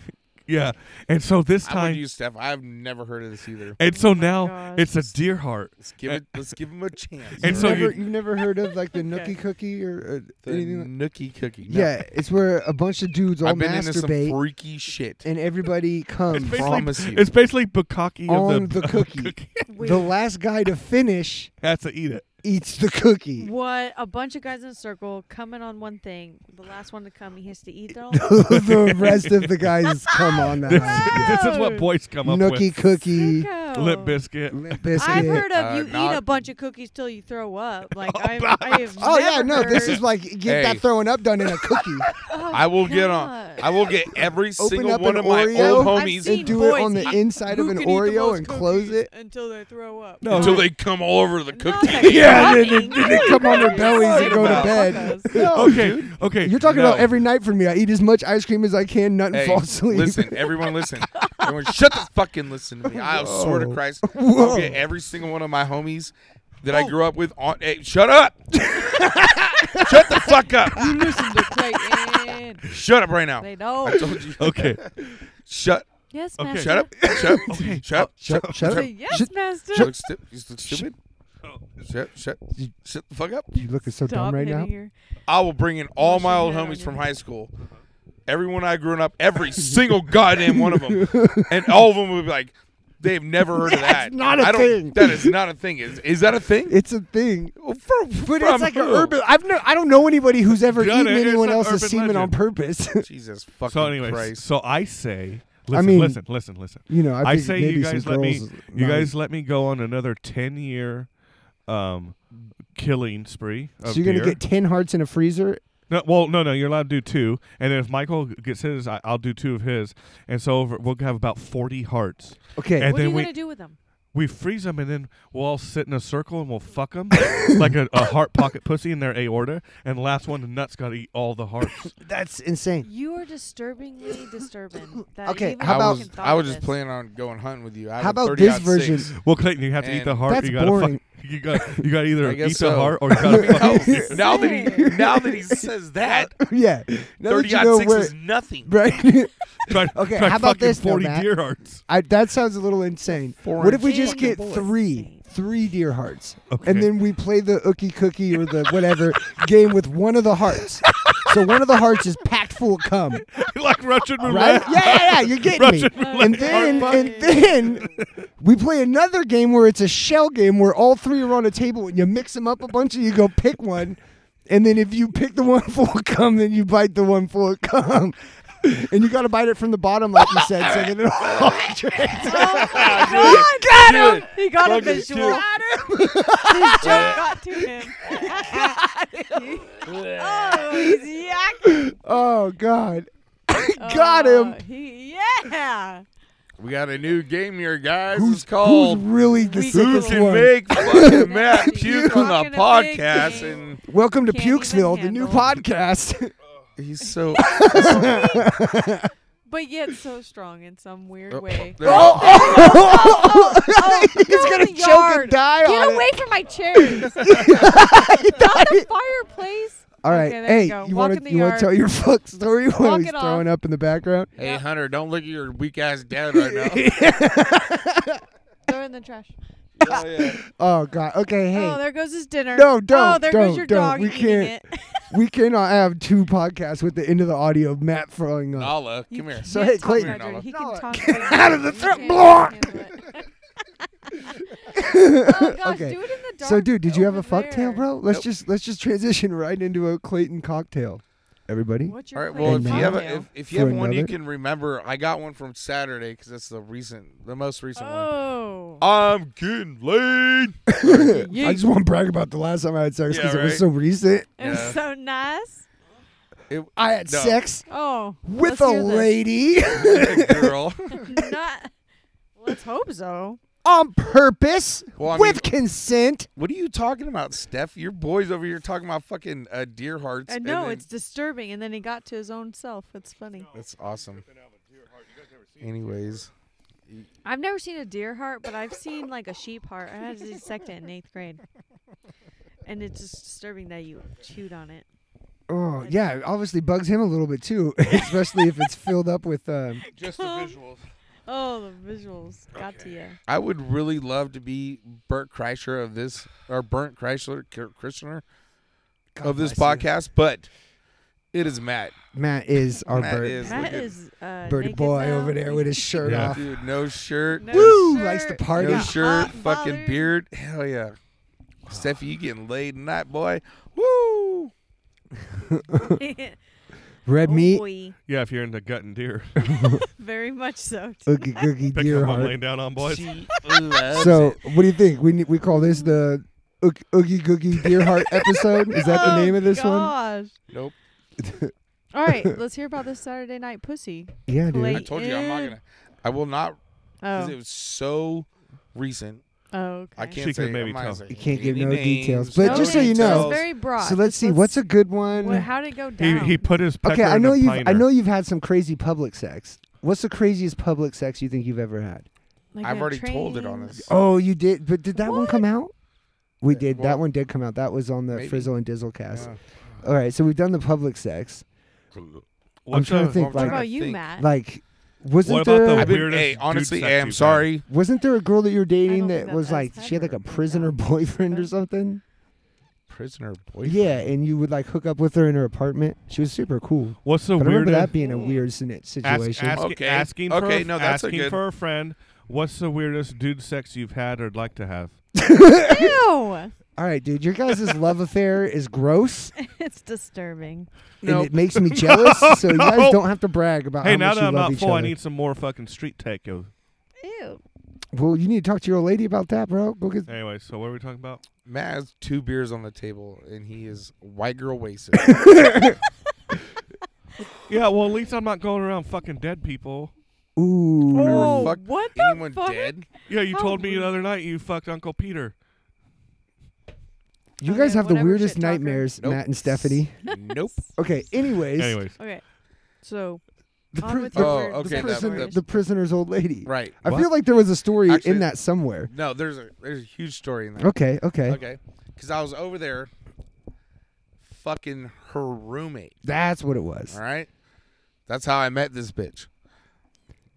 yeah, and so this I would time, use Steph. I've never heard of this either. and so now Oh gosh. it's a deer heart. Let's give it. Let's give him a chance. And You've so never, you- have never heard of like the nookie cookie or uh, the anything? Like, nookie cookie. No. yeah, it's where a bunch of dudes all I've been into some masturbate freaky shit. and everybody comes. basically- Promise you. It's basically bukkake On of the the, of cookie. The last guy to finish has to eat it. eats the cookie. What a bunch of guys in a circle coming on one thing. The last one to come, he has to eat it all. the rest of the guys come on that. This, idea. this is what boys come up Ah. Nookie cookie, Sicko. with. Limp Biscuit. Limp I've biscuit. heard of Uh, you eat a not- bunch of cookies till you throw up. Like I've, I have Oh yeah, never no, this heard- is like get that Hey. throwing up done in a cookie. Oh, I will get on. God. I will get every single up one an of my Oreo. old I've homies seen And do it boys on the eat- inside of who an can eat the Oreo most and close cookies it. until they throw up. No, until they come all over the Not cookie. that Yeah, cookie. then- then they come on their bellies and go to Fuck bed. us. No, okay, okay. You're talking no. about every night for me. I eat as much ice cream as I can, nut, and Hey, fall asleep. listen, everyone, listen. Everyone, shut the fucking listen to me. I swear to Whoa. Christ, Whoa. Oh. I'll get every single one of my homies that I grew up with on. Hey, shut up! shut the fuck up! You listen to Clayton. Shut up right now! They know. I told you. Okay, Shut. Yes, Okay. master. Shut up. Shut up. Shut up. Oh, shut, shut up. Say, yes, Shut- master. You look, stu- you look stupid. Shut. Shut. Shut the fuck up. You looking so Stop dumb right now. hitting her. I will bring in all What's my your old head on homies your from head? high school. Everyone I grew up, every single goddamn one of them, and all of them would be like, "They've never heard of that." That's not a I don't, thing. That is not a thing. Is is that a thing? It's a thing. Well, for- But from it's like an who? urban. I've no, I don't know anybody who's ever Got eaten it. It's anyone an else's urban semen on legend. purpose. Jesus fucking so anyways, Christ. so I say, listen, mean, listen, listen, listen. you know, I, I think say maybe you some guys let me, girls you might- guys let me go on another ten year, um, killing spree. Of So you're gonna deer. get ten hearts in a freezer. No, well, no, no, you're allowed to do two, and then if Michael g- gets his, I, I'll do two of his, and so over, we'll have about forty hearts, Okay. and What are then you we gonna do with them? we freeze them, and then we'll all sit in a circle and we'll fuck them like a, a heart pocket pussy in their aorta, and the last one, the nuts got to eat all the hearts. That's insane. You are disturbingly disturbing. That I Okay, even how I about- fucking was thought I of was just this. planning on going hunting with you. I have How a about 30 this odd version? six. well, Clayton, you have to eat And the heart. that's you gotta fuck- boring. you got you got either I eat guess the so. heart or you I got mean, no, Oh, to now that he now that he says that, yeah. Now that thirty you odd know six where, is nothing. right? try, Okay, try how about fucking this though, forty Matt? deer hearts. I, that sounds a little insane. Foreign What if we just fucking get boy. three, three deer hearts, Okay. and then we play the ookie cookie or the whatever game with one of the hearts? So one of the hearts is packed full of cum, like Russian right? roulette. Yeah, yeah, yeah. You're getting Russian me. roulette. And then, heart and then we play another game where it's a shell game where all three are on a table and you mix them up a bunch and you go pick one, and then if you pick the one full of cum, then you bite the one full of cum. And you gotta bite it from the bottom, like you said, so that it all drains out. Oh my God! Dude, He got a fucking visual. dude. His joke got to him. oh, he's yakking. Oh God. Got him. Oh, he, yeah. We got a new game here, guys. it's Who's Oh, called Who's really the We- Who sickest Oh, can one? make fucking Matt puke on Fucking a a big podcast? game. And Welcome to Can't even Pukesville, the new handle. podcast. he's so. But yet so strong in some weird Oh, way. there- oh, Oh, He's gonna choke and die Get on away it. from my cherries. Not the fireplace. All right, Okay, there hey, you go. you Walk want in to the you want yard. to tell your fuck story while Walk he's it off. throwing up in the background? Hey, Hunter, don't look at your weak ass dad right now. Throw it in the trash. Oh, yeah. Oh God. Okay, hey, Oh, there goes his dinner. No, don't, Oh, there don't, goes your don't. dog We eating can't- it. we cannot have two podcasts with the end of the audio of Matt throwing up. Nala, You come here. can't So, hey, talk Clayton. about Nala. it. He Nala, can talk get about out it. of the He throat can't block. handle it. oh, gosh, Okay. do it in the dark. So, dude, did you have a over fucktail, there. bro? Let's just let's just transition right into a Clayton cocktail. Everybody, What's All your right. Well, if Hey, you Nala. have a, if, if you For have one you another? can remember, I got one from Saturday because that's the recent, the most recent one. Oh. I'm getting laid. I just want to brag about the last time I had sex Yeah, because it was right? so recent. It was Yeah. so nice. It, I had No. sex Oh. with let's a hear this. lady. big girl. Not Let's hope so. on purpose Well, I with mean- consent. What are you talking about, Steph? Your boy's over here talking about fucking uh, deer hearts. I and know then- it's disturbing, and then he got to his own self. It's funny. that's awesome. Anyways, I've never seen a deer heart, but I've seen like a sheep heart. I had to dissect it in eighth grade, and it's just disturbing that you chewed on it. Oh yeah, it obviously bugs him a little bit too, especially if it's filled up with. Um, Just the the Come. visuals. Oh, the visuals got to you. I would really love to be Bert Kreischer of this or Burnt Kreischer Krishner God of this bless you. podcast, but it is Matt. Matt is our Matt bird, is. Look at- That is uh, birdie naked boy now. over there with his shirt Yeah. off. Dude, no shirt. No Woo! shirt, Likes to no party. got shirt, hot fucking bothered. beard. Hell yeah. Steffi, you getting laid tonight, boy. Woo! Red Oh, meat, boy. Yeah, if you're into gutting deer, Very much so. oogie googie pick up deer one heart. laying down on boys. She loves So, it. what do you think? We need, we call this the Oog- oogie googie deer heart episode. Is that the Oh, name of this one? gosh. Nope. All right, let's hear about this Saturday night pussy. Yeah, dude. Clay- I told you I'm not Ew. gonna. I will not. Oh, Because it was so recent. oh okay. I can't She say. could maybe I'm not tell. saying You can't give any no details, names, but No just so you details. know- It's very broad. So let's Just see. What's a good one? what, how did it go He, down? he put his pecker okay, I in know a you've I piner. know you've had some crazy public sex. What's the craziest public sex you think you've ever had? Like I've a already told it train. on this. Oh, you did, but did that one come out? We Yeah, did. well, that one did come out. That was on the maybe. Frizzle and Dizzle Uh, cast. Yeah. All right, so we've done the public sex. What's trying to a- think, I'm What trying like- about to Oh, you, think. Matt? Like, wasn't What about there? the- I've been, Weirdest hey, dude honestly, sex hey, I'm you've sorry. wasn't there a girl that you were dating don't that think that was that's like she had like a ever been prisoner done. boyfriend or Okay. something? Prisoner boy. Yeah, and you would like hook up with her in her apartment. She was super cool. What's the But I remember that weirdest? being a weird sin- Ask, situation. ask, Okay. Asking for Okay, a, no, that's a asking good- for a friend. What's the weirdest dude sex you've had or like to have? Ew! All right, dude, your guys' love affair is gross, it's disturbing. No. and it makes me jealous. so you guys no. don't have to brag about. hey, how now much that you I'm love not each full, I other. need some more fucking street tacos. Ew. Well, you need to talk to your old lady about that, bro. Go get. Anyway, so what are we talking about? Matt has two beers on the table, and he is white girl wasted. Yeah, well, at least I'm not going around fucking dead people. Ooh. Oh, fucked what the Anyone fuck? dead? Yeah, you How told me the rude. other night you fucked Uncle Peter. You Oh, guys yeah, have the whatever weirdest shit talker. nightmares, Nope. Matt and Stephanie. nope. Okay. Anyways, Anyways, Okay, so the, on pri- with the, your Oh, weird okay, the that- prison- that- the prisoner's old lady. Right. I What? feel like there was a story Actually- in that somewhere. No, there's a there's a huge story in that. Okay. Okay. Okay. Because I was over there, fucking her roommate. That's what it was. All right. That's how I met this bitch.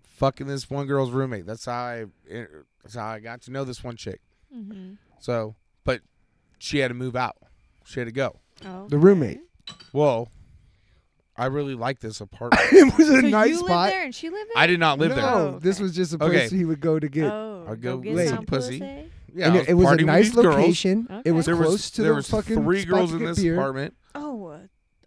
Fucking this one girl's roommate. That's how I. eh, That's how I got to know this one chick. Mhm. So, but she had to move out. She had to go. Oh, The roommate. Well, I really like this apartment. it was So a you nice live spot. there and she lived there. I did not live no, there. Oh, this okay. was just a place Okay. he would go to get. oh, I'll go go get late. some Pussy. pussy. Yeah, and I it, it was partying a with nice these girls. location. Okay. It was There close was to there the was fucking three spot girls to in get this beer. apartment, Oh,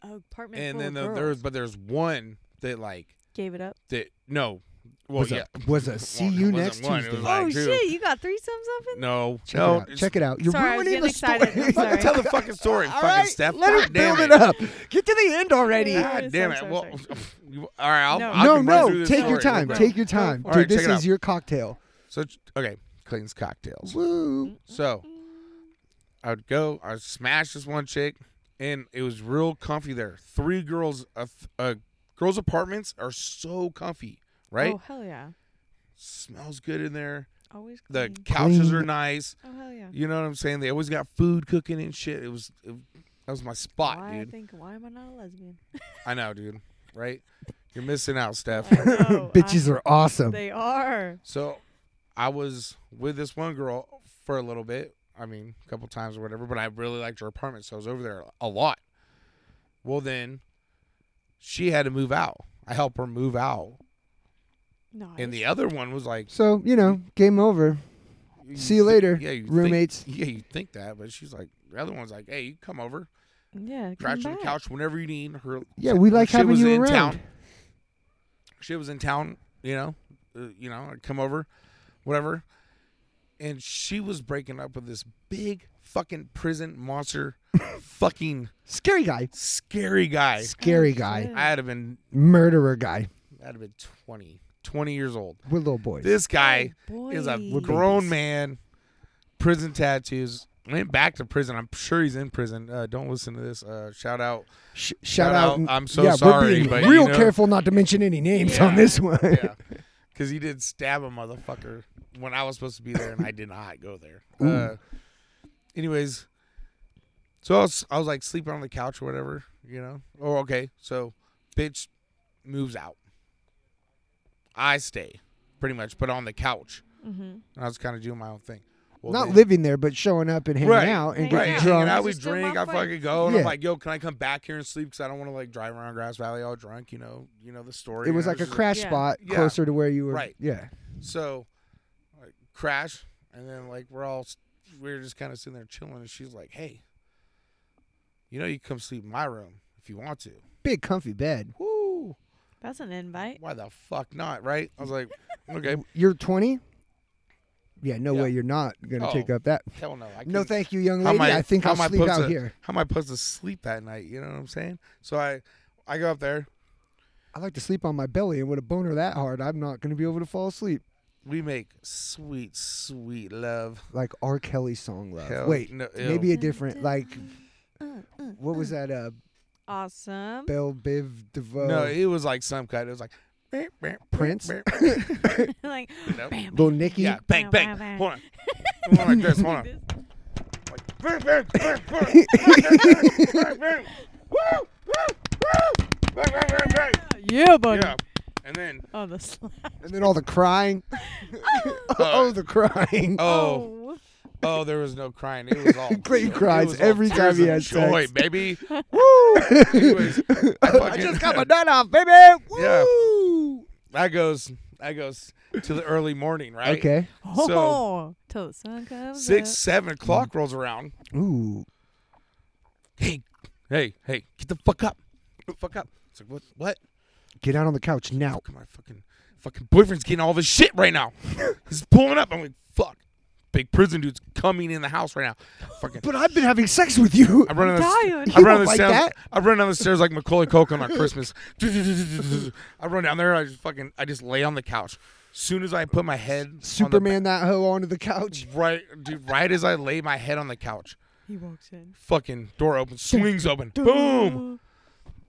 a a apartment and full then of the, girls. there was but there's one that like gave it up. that no, well Was yeah, a was a see you it wasn't next one, it Tuesday. was like oh two. shit, you got threesomes up in no, Check no, it out. it's- Check it out. You're Sorry, I was ruining the getting story. excited. I'm sorry. Tell the fucking story, fucking right, Steph. Let her God damn build it it up. Get to the end already. Yeah. God Sorry, damn it. sorry, Well, sorry. you- all right. I'll, I no, can run no. through this Take your story real time. quick. Take your time. All Dude, right, check this it is out. your cocktail. So okay, cleans cocktails. Woo. So Mm-hmm. I would go, I would smash this one chick, and it was real comfy there. Three girls, a, th- a girls' apartments are so comfy, right? Oh hell yeah, Smells good in there. always clean. The couches are Clean. nice. oh hell yeah. You know what I'm saying? They always got food cooking and shit. It was it, that was my spot, why I dude. think why am I not a lesbian? I know, dude. Right? You're missing out, Steph. I know, Bitches are I- awesome. they are. So I was with this one girl for a little bit. I mean, a couple times or whatever, but I really liked her apartment, so I was over there a lot. Well, then she had to move out. I helped her move out. No. And the other one was like, So you know, game over. See thi- you later, yeah, you think- roommates. yeah, you think that, but she's like, the other one's like, hey, you come over, yeah, come crash on the back. couch whenever you need. Her, Yeah, we like she having was you in around. town. She was in town, you know, uh, you know, I'd come over, whatever. And she was breaking up with this big fucking prison monster, fucking Scary guy. scary guy. Scary Oh, guy. shit. I'd have been, Murderer guy. I'd have been 20, 20 years old. We're little boys. This guy Oh, Boy. is a We're grown babies. man, prison tattoos. Went back to prison. I'm sure he's in prison. Uh, don't listen to this. Uh, shout out. Sh- shout, Shout out. out. and- I'm so yeah, sorry, We're being but, you real know- careful not to mention any names on this one. Yeah. Because he did stab a motherfucker when I was supposed to be there, and I did not go there. Uh, anyways, so I was, I was like sleeping on the couch or whatever, you know. Oh, okay. So, bitch moves out. I stay, pretty much, but on the couch. Mm-hmm. And I was kind of doing my own thing. Well, not then- living there, but showing up and hanging Right. out and Right. getting Right, drunk. hanging out, we Just a drink. I motherfucker. fucking go, and I'm Yeah. like, "Yo, can I come back here and sleep? Because I don't want to like drive around Grass Valley all drunk. You know, you know the story. It you was know, like a just crash Yeah. spot Yeah. closer to where you were. Right. Yeah. So, like, crash, and then like we're all we're just kind of sitting there chilling, and she's like, "Hey, you know, you come sleep in my room if you want to." Big comfy bed. Woo! That's an invite. Why the fuck not? Right? I was like, "Okay, You're 20? Yeah, no Yeah. way you're not going to Oh. take up that. hell no, I No, couldn't- thank you, young How lady. am I- I think how I'll am I sleep supposed out to- here. How am I supposed to sleep that night? You know what I'm saying? So I, I go up there. I like to sleep on my belly, and with a boner that hard, I'm not going to be able to fall asleep. We make sweet, sweet love. Like R. Kelly song love. Hell Wait, no, maybe ew. a different like. What was that? Uh, Awesome. Belle Biv DeVoe. No, it was like some cut. It was like "Beep, beep, beep, Prince? beep." like, Nope. bam. Little Nicky. Yeah, bang, Wow, wow, bang. wow. Hold on. Hold on like this. Hold on. This- Vroom, vroom, vroom, vroom. Vroom, vroom. Woo, woo, woo. Vroom, vroom, vroom, vroom. Yeah, buddy. Yeah. And then, Oh, the slap. And then all the crying. oh, the crying. Uh, oh, oh, there was no crying. It was all. Clay it cries was all every time tears he of has joy, sex. baby. Anyways, Woo! I, I fucking- just got my nut off, baby. Yeah. Woo! That goes. That goes to the early morning, right? Okay. Oh. So- till the sun comes Six, up. seven o'clock rolls around. Ooh. Hey, hey, hey! Get the fuck up! Get the fuck up! It's like what? What? Get out on the couch now. Fuck, my Oh, fucking fucking boyfriend's getting all this shit right now. He's pulling up. I'm like, fuck. Big prison dude's coming in the house right now. Fucking. But I've been having sex with you. I run on the, dying. I You run on don't the like stairs. that? I run down the stairs like Macaulay Culkin on Christmas. I run down there. I just fucking. I just lay on the couch. Soon as I put my head on the- Superman that hoe onto the couch. right, dude. Right as I lay my head on the couch, He walks in. fucking door opens, swings open, boom.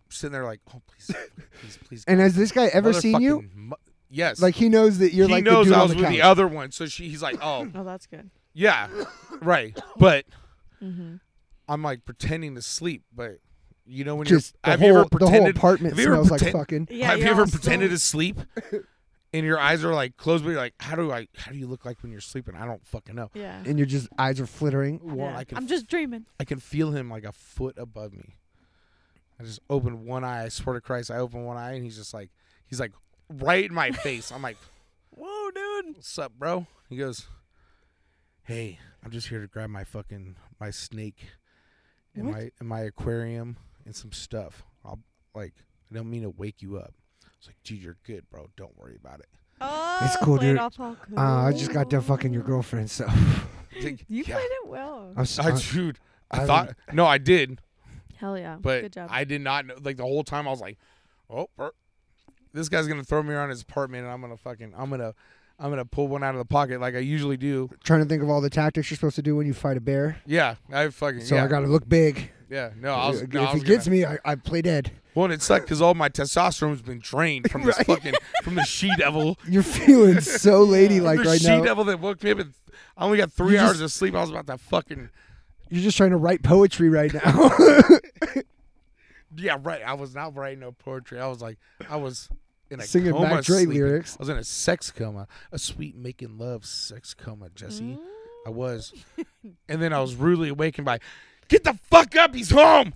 Sitting there like, oh please, please, please. And God. has this guy ever seen you? Motherfucking mu- yes. Like he knows that you're he like knows the dude I on was the with couch. the other one, so she he's like, oh Oh, that's good. yeah, right. But Mm-hmm. I'm like pretending to sleep, but you know when Just you're the have whole, you ever the whole pretended apartment have you ever smells like pretend- fucking. Yeah, have you you're ever all still- pretended to sleep and your eyes are like closed, but you're like, how do I how do you look like when you're sleeping? I don't fucking know. Yeah. And your just eyes are flittering. Well, yeah. I can I'm just dreaming. I can feel him like a foot above me. I just open one eye. I swear to Christ, I open one eye, and he's just like he's like right in my face. I'm like. Whoa, dude. what's up, bro? He goes, hey, I'm just here to grab my fucking my snake and What? my and my aquarium and some stuff. I'll like I don't mean to wake you up. It's like, dude, you're good, bro. Don't worry about it. Oh, It's cool, played dude. Off all cool. Uh, I just got done fucking Uh, your girlfriend, so It's like, You yeah. played it well. I'm so, I, dude, I, I thought no, I did, Hell yeah. but good job. I did not know. Like the whole time, I was like, oh, er, this guy's gonna throw me around his apartment, and I'm gonna fucking, I'm gonna, I'm gonna pull one out of the pocket like I usually do. trying to think of all the tactics you're supposed to do when you fight a bear. Yeah, I fucking, So yeah, I got to look big. yeah. No, I was, if no, I he was gonna- gets me, I, I play dead. Well, and it sucked because all my testosterone's been drained from this Right. fucking from the she devil. You're feeling so ladylike the right she now. devil that woke me up. And I only got three You hours just- of sleep. I was about to fucking You're just trying to write poetry right now. yeah, right. I was not writing no poetry. I was like, I was in a Singing coma Mac Dre sleeping. lyrics. I was in a sex coma, a sweet making love sex coma, Jesse. Mm. I was, and then I was rudely awakened by, get the fuck up, he's home.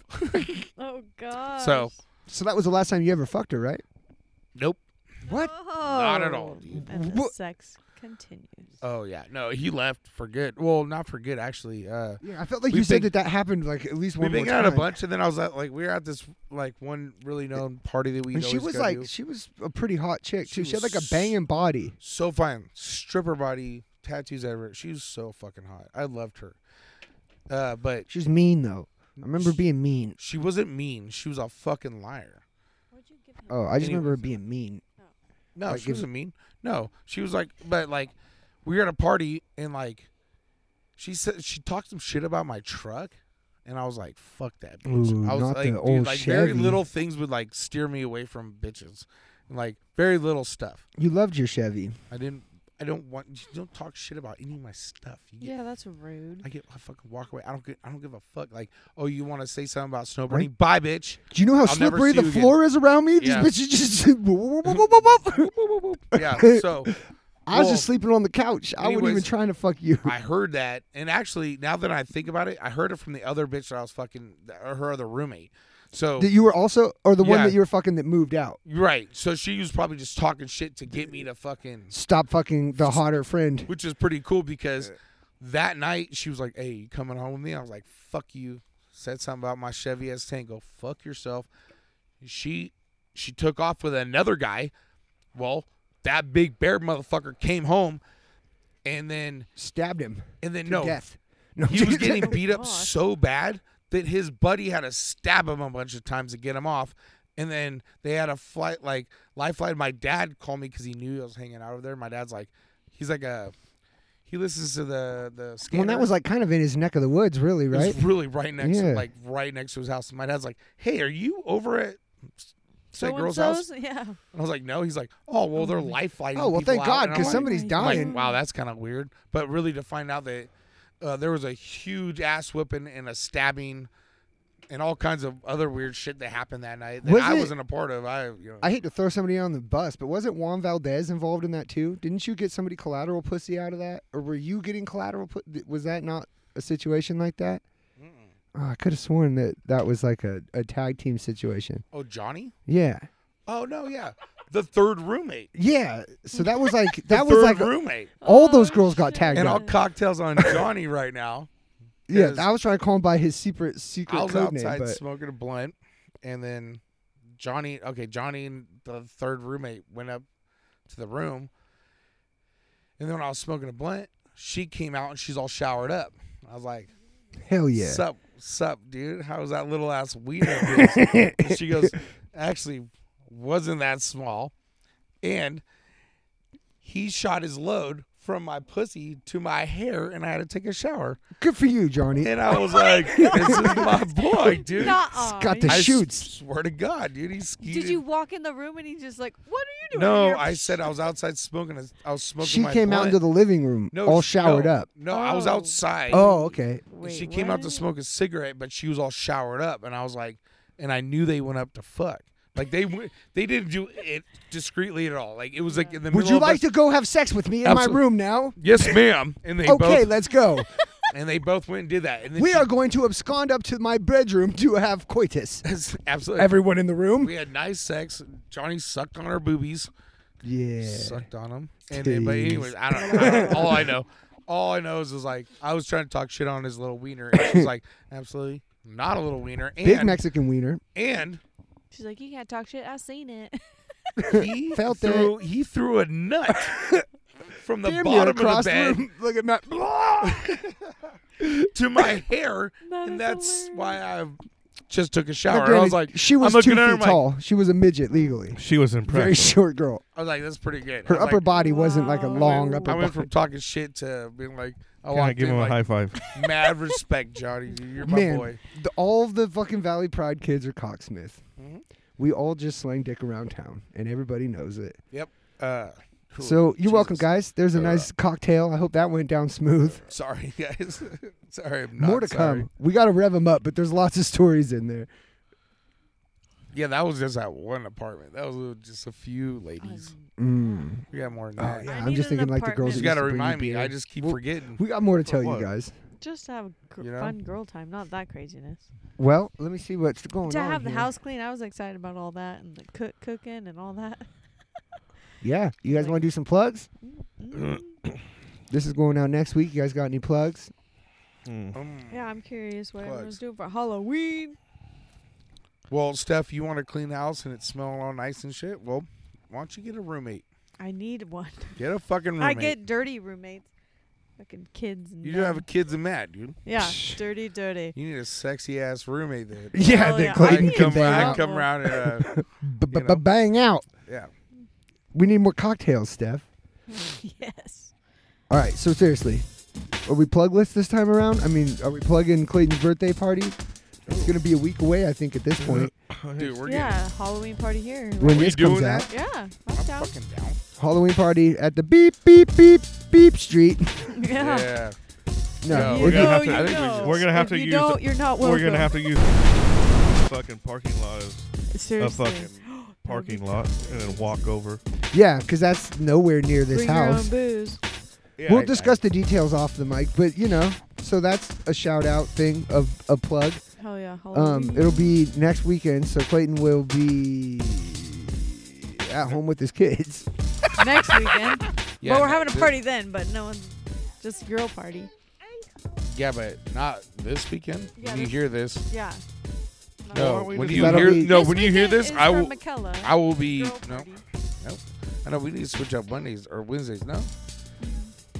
oh god. So- so that was the last time you ever fucked her, right? Nope. What? Not at all, dude. And the What? sex continues. Oh yeah, no, he left for good. Well, not for good actually. Uh, Yeah, I felt like We've you said been- that that happened like at least we one been more out time. a bunch, and then I was at like we were at this like one really known party that we. And she was like, she was a pretty hot chick too. She, had like a banging body. so fine, stripper body, tattoos everywhere. She was so fucking hot. I loved her, uh, but She was mean though. I remember being mean. she wasn't mean. She was a fucking liar. What'd you give him? Oh, I just Anyway. remember her being mean. No, Like, she gives- wasn't mean. No, she was like, but like, we were at a party and like, she said she talked some shit about my truck, and I was like, fuck that bitch. Ooh, I was not the like, old dude, like very Chevy. little things would like steer me away from bitches, and like very little stuff. You loved your Chevy. I didn't. I don't want you don't talk shit about any of my stuff. You get- Yeah, that's rude. I get I fucking walk away. I don't get I don't give a fuck. Like, oh, you want to say something about snowboarding? Bye, bitch. Do you know how I'll never slippery see the you again. floor is around me? These Yeah. bitches just. whoop, whoop, whoop, whoop, whoop, whoop, whoop, whoop. Yeah. So I was well, just sleeping on the couch. I wasn't even anyways, trying to fuck you. I heard that, and actually, now that I think about it, I heard it from the other bitch that I was fucking, or her other roommate. So that you were also, or the one Yeah. that you were fucking that moved out. right, so she was probably just talking shit to get me to fucking, Stop fucking the hotter friend. which is pretty cool because that night she was like, "Hey, you coming home with me?" I was like, "Fuck you." Said something about my Chevy S10. Go fuck yourself. She she took off with another guy. Well, that big bear motherfucker came home, and then Stabbed him and then to no, death. No, he was getting beat up Oh gosh. so bad that his buddy had to stab him a bunch of times to get him off. And then they had a flight like lifeline. My dad called me because he knew I was hanging out over there. My dad's like, he's like a, he listens to the the. Scanner. Well, that was like kind of in his neck of the woods, really, It was right? really right next, Yeah. to, like right next to his house. And my dad's like, hey, are you over at that girl's house? So-and-so's? Yeah. And I was like, no. He's like, oh well, they're lifeline. Oh well, thank God, because like- somebody's I'm like, dying. like, wow, that's kind of weird. But really, to find out that uh, there was a huge ass whipping and a stabbing and all kinds of other weird shit that happened that night that Was I it- wasn't a part of. I, you know, I hate to throw somebody on the bus, but wasn't Juan Valdez involved in that too? Didn't you get somebody collateral pussy out of that, or were you getting collateral? Pu- th- was that not a situation like that? Oh, I could have sworn that that was like a, a tag team situation. oh, Johnny? Yeah, Oh, no, yeah. The third roommate. yeah. So that was like The that was third like roommate. all those Oh, girls got shit. tagged And all up. cocktails on Johnny right now. Yeah, is- I was trying to call him by his secret I secret was code name, outside but smoking a blunt, and then Johnny. Okay, Johnny and the third roommate went up to the room, and then when I was smoking a blunt, she came out and she's all showered up. I was like, hell yeah. "Sup, sup, dude? How was that little ass weed?" of yours?" And she goes, "Actually, wasn't that small," and he shot his load from my pussy to my hair, and I had to take a shower. Good for you, Johnny. And I was like, "This is my boy, dude." Nuh-uh. got the I s- shoots. swear to God, dude, he's skied. Did you walk in the room and he's just like, "What are you doing?" No, here?" I said I was outside smoking. A, I was smoking. She my came out blunt. into the living room, no, all sh- showered no, up. No, I was Oh. outside. Oh, okay. And Wait, she came out to what? smoke a cigarette, but she was all showered up, and I was like, and I knew they went up to fuck. Like they w- they didn't do it discreetly at all. Like it was like in the Would middle you of like us- to go have sex with me in Absolute- my room now? Yes, ma'am. And they Okay, both let's go. and they both went and did that. And then we she- are going to abscond up to my bedroom to have coitus. absolutely. Everyone in the room? we had nice sex. Johnny sucked on her boobies. Yeah. sucked on him. And then, but Titties. anyways, I don't, I don't- All I know, all I know is, is like I was trying to talk shit on his little wiener, and she's like, absolutely not a little wiener. And, Big Mexican wiener. And She's like, "You can't talk shit. I seen it." he Felt threw he threw a nut from the Damn near bottom of the across bed room. Look at that. to my hair, That and is that's hilarious. why I just took a Now, shower. I granted, was like, she was I'm two looking at her, I'm feet like- tall. She was a midget legally. She was Very impressed. short girl. I was like, that's pretty good. Her I was upper like, body wasn't like a Wow. long I upper I went body. from talking shit to being like, I Can I want give him a high five? mad respect, Johnny. dude. You're my Man, boy. the, all of the fucking Valley Pride kids are cocksmith. Mhm. We all just slang dick around town, and everybody knows it. Yep. Uh, cool. So you're welcome, Jesus. guys. There's a Uh, nice cocktail. I hope that went down smooth. Sorry, guys. sorry, I'm not More to sorry. come. We got to rev them up, but there's lots of stories in there. Yeah, that was just that one apartment. That was uh, just a few Oh, ladies. Um, Mm. We got more than Oh, that. yeah. I I'm need just an thinking like the apartment. girls. You that Just got to used bring you remind me. beer. I just keep Well, forgetting. We got more to For tell you what? guys. Just to have gr- You know? fun girl time, not that craziness. Well, let me see what's going to on. have the Oh, here. house clean, I was excited about all that and the cook cooking and all that. Yeah, you guys Like- want to do some plugs? Mm. This is going out next week. You guys got any plugs? Hmm. Mm. yeah, I'm curious what Plugs. everyone's doing for Halloween. Well, Steph, you want to clean the house and it's smelling all nice and shit. Well, why don't you get a roommate? I need one. Get a fucking roommate. I get dirty roommates, fucking kids. And You do have a them. kids and Matt, dude. yeah, Psh. dirty, dirty. You need a sexy ass roommate that Oh, Yeah, Hell that yeah. I Clayton can can come bang around, out. come around and uh, B- b- you know. bang out. yeah. We need more cocktails, Steph. yes. All right, so seriously, are we plugless this time around? I mean, are we plugging Clayton's birthday party? It's gonna be a week away, I think, at this point. Dude, we're yeah, Halloween party here. When we this doing comes that? out, Yeah, I'm getting down. fucking down. Halloween party at the beep beep beep beep street. Yeah. Yeah. No, Yeah, You we're gonna know, have to- you I think we know. should- we're gonna have If to you use don't, the- you're not welcome. We're gonna have to use fucking parking lot as oh, Seriously. fucking parking lot and then walk over. yeah, because that's nowhere near this Bring house. your own booze. Yeah, we'll discuss the details off the mic, but you know, so that's a shout out thing of a plug. Hell yeah, Halloween. Um, it'll be next weekend, so Clayton will be at home with his kids. next weekend. yeah but we're having no, a party then, but no one's just girl party. thi- Yeah, but not this weekend. Yeah, when you this- hear this, Yeah. no. aren't we When just- you That'll hear be- no, This when you hear weekend this, is I for will. McKella. I will be Girl no. party. I know we need to switch up Mondays or Wednesdays. No.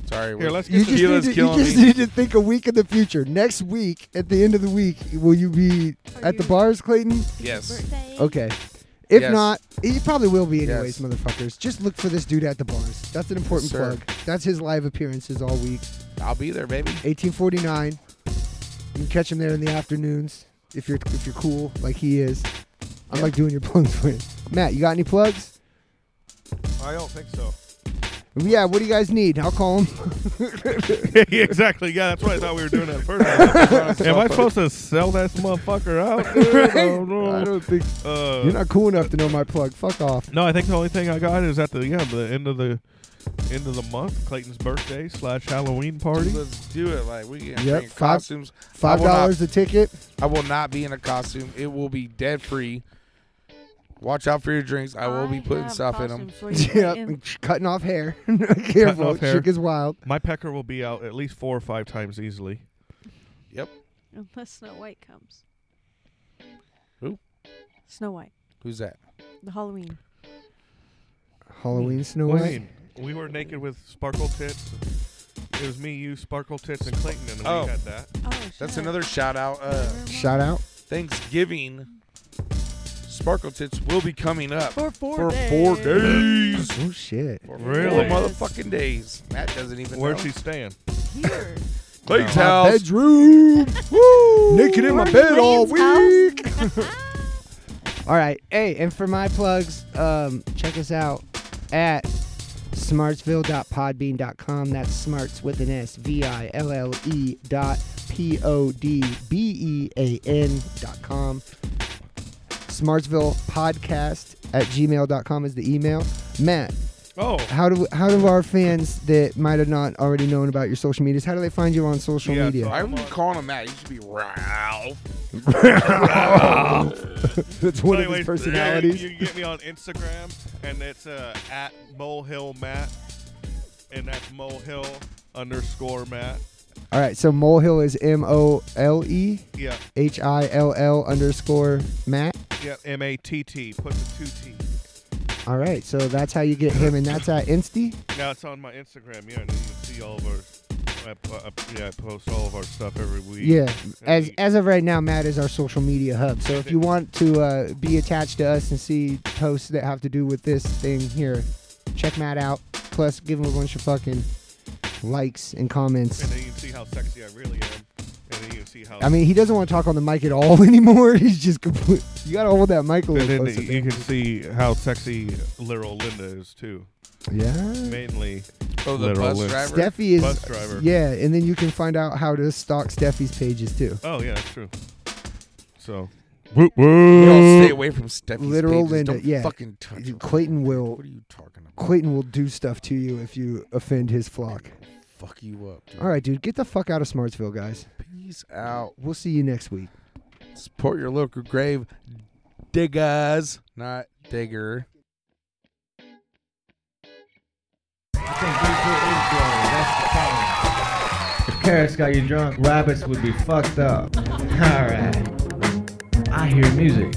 Sorry. Here, we're- let's You get just, the, need Tequila's to, you killing just me. need to think a week in the future. Next week, at the end of the week, will you be Are at the you- bars, Clayton? Yes. Okay. If Yes. not, you probably will be anyways, Yes. motherfuckers. Just look for this dude at the bars. That's an important sir. plug. That's his live appearances all week. I'll be there, baby. 1849. You can catch him there in the afternoons if you're if you're cool like he is. I am like doing your plugs for you. Matt, you got any plugs? I don't think so. Yeah, what do you guys need? I'll call him. exactly. Yeah, that's why I thought we were doing that first. Am I supposed to sell that motherfucker out? dude? I don't know. I don't think Uh, you're not cool enough to know my plug. Fuck off. No, I think the only thing I got is at the yeah the end of the end of the month, Clayton's birthday slash Halloween party. Let's do it. Like we can Yep, bring five- costumes. I Five will not- dollars a ticket. I will not be in a costume. It will be dead free. Watch out for your drinks. I will be putting have stuff in them. costumes for you, Yep, Clayton. and cutting off hair. Careful, off hair. chick is wild. My pecker will be out at least four or five times easily. Unless Snow White comes. Who? Snow White. Who's that? The Halloween. Halloween Snow What do you White. mean? We were naked with sparkle tits. It was me, you, sparkle tits, and Clayton, and Oh. we had that. Oh, That's shit. another shout out. Uh, Never mind. Shout out. Thanksgiving. Sparkle Tits will be coming up For four for days. four days. Oh shit. For Really? Four motherfucking days. Matt doesn't even Where's know. she staying? Here. Clayton's My house. bedroom. Woo! Naked in my Where's bed all Clayton's week. all right. Hey, and for my plugs, um, check us out at smartsville.podbean.com. That's smarts with an S V I L L E dot P O D B E A N dot com. Smartsville podcast at gmail.com is the email. Matt, Oh, how do how do our fans that might have not already known about your social medias? How do they find you on social Yeah, media? so- I would be calling him Matt. He should be Ralph. That's one anyways, of his personalities. You can get me on Instagram, and it's uh, at molehill matt, and that's molehill underscore matt. All right, so Molehill is M O L E Yeah, H I L L underscore Matt. yeah, M A T T. Put the two T. All right, so that's how you get him, and that's at Insty. Now it's on my Instagram. Yeah, and you can see all of our. I, po- I, yeah, I post all of our stuff every week. Yeah. As Every- as of right now, Matt is our social media hub. So if you want to uh, be attached to us and see posts that have to do with this thing here, check Matt out. Plus, give him a bunch of fucking likes and comments. and then you can see how sexy I really am, and then you can see how. I mean, he doesn't want to talk on the mic at all anymore. He's just complete. You gotta hold that and mic a little then closer. you can see how sexy literal Linda is too. yeah. Mainly, Oh, the Literal bus list. driver. Steffi is Bus driver. yeah, and then you can find out how to stalk Steffi's pages too. oh yeah, that's true. So, Y'all stay away from Steffi's Literal pages. Linda, Don't yeah. fucking touch her. Clayton will What are you talking about? Clayton will do stuff to you if you offend his flock. Fuck you up, dude. All right, dude, get the fuck out of Smartsville, guys. Peace out. We'll see you next week. Support your local grave diggers, not digger. Carrots got you drunk, rabbits would be fucked up. Alright. I hear music.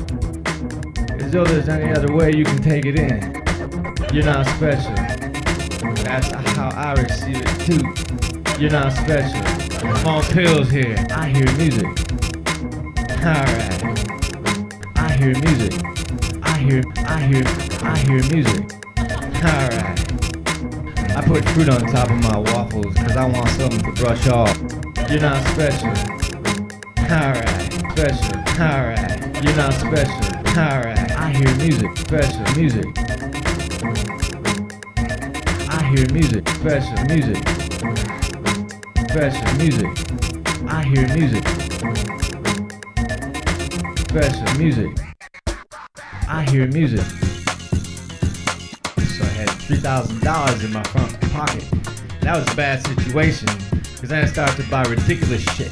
As though there's any other way you can take it in. You're not special. That's how I receive it too. You're not special. I'm on pills here. I hear music. Alright. I hear music. I hear, I hear, I hear music. Alright. I put fruit on top of my waffles because I want something to brush off. You're not special. Alright. Special. Alright. You're not special. Alright. I hear music. Special. Music. I hear music. Special. Music. Special. Music. I hear music. Special. Music. I hear music. So I had three thousand dollars in my front pocket. That was a bad situation, cause then I started to buy ridiculous shit.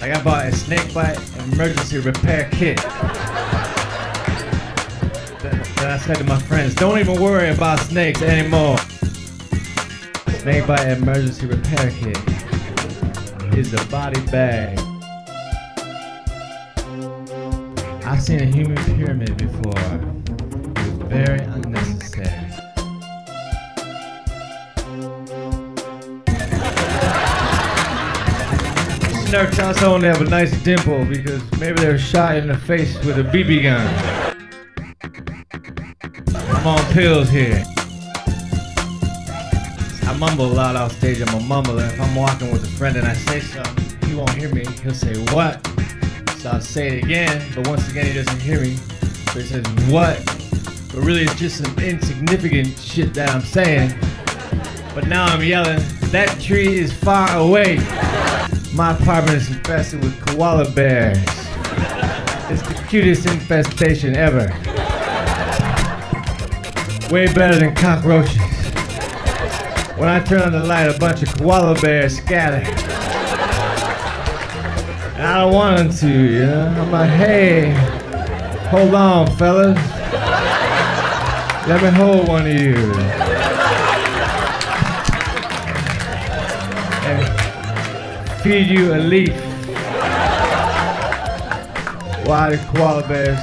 Like I bought a snake bite emergency repair kit. Then then I said to my friends, don't even worry about snakes anymore. Snake bite emergency repair kit is a body bag. I've seen a human pyramid before. It was very unnecessary. Snark tells someone to have a nice dimple because maybe they were shot in the face with a BB gun. I'm on pills here. I mumble a lot off stage. I'm a mumbler. If I'm walking with a friend and I say something, he won't hear me. He'll say, What? So I'll say it again, but once again, he doesn't hear me. So he says, What? But really, it's just some insignificant shit that I'm saying. But now I'm yelling, That tree is far away. My apartment is infested with koala bears. It's the cutest infestation ever. Way better than cockroaches. When I turn on the light, a bunch of koala bears scatter. And I don't want them to, you know? I'm like, hey, hold on, fellas. Let me hold one of you. And feed you a leaf. Why the koala bears?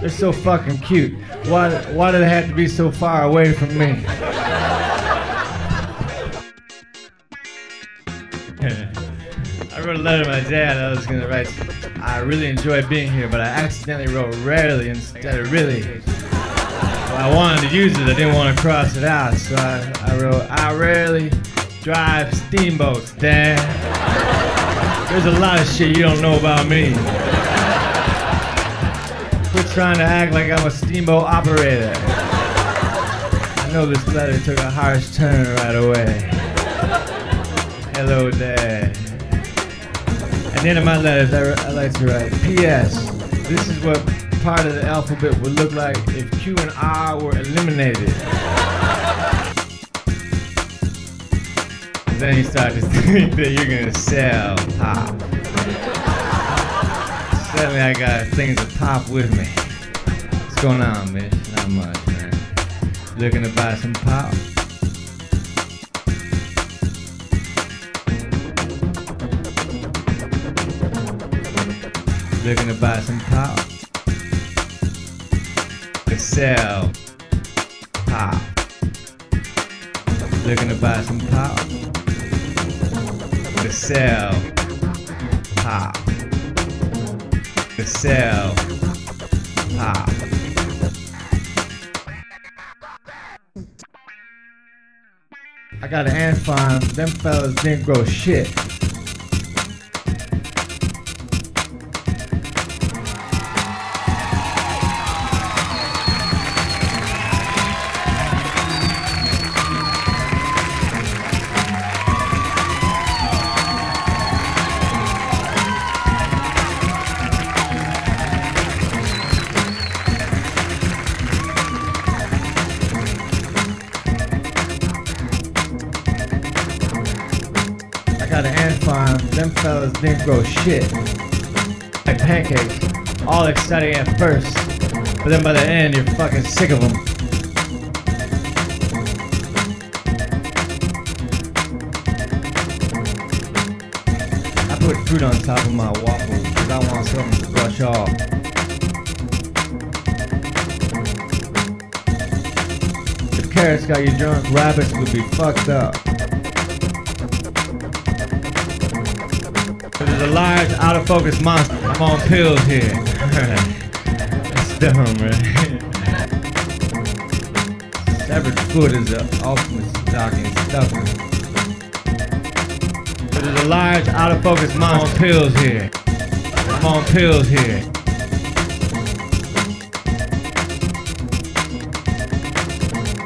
They're so fucking cute. Why, why do they have to be so far away from me? I wrote a letter to my dad. I was gonna write, I really enjoy being here, but I accidentally wrote rarely instead of really. Well, I wanted to use it, I didn't want to cross it out, so I, I wrote, I rarely drive steamboats, Dad. There's a lot of shit you don't know about me. Quit trying to act like I'm a steamboat operator. I know this letter took a harsh turn right away. Hello, Dad. At the end of my letters, I, I like to write, P.S. This is what part of the alphabet would look like if Q and R were eliminated. then you start to think that you're gonna sell pop. Suddenly I got things to pop with me. What's going on, bitch? Not much, man. Looking to buy some pop? Looking to buy some pop. To sell pop. Looking to buy some pop. To sell pop. To sell pop. I got an ant farm. Them fellas didn't grow shit. I got an ant farm. Them fellas didn't grow shit. Like pancakes, all exciting at first, but then by the end you're fucking sick of them. I put fruit on top of my waffles because I want something to brush off. If carrots got you drunk, rabbits would be fucked up. There's a large, out of focus monster. I'm on pills here. That's dumb, right? Severed foot is the ultimate stocking stuffer. But there's a large, out of focus mom on pills here. I'm on pills here.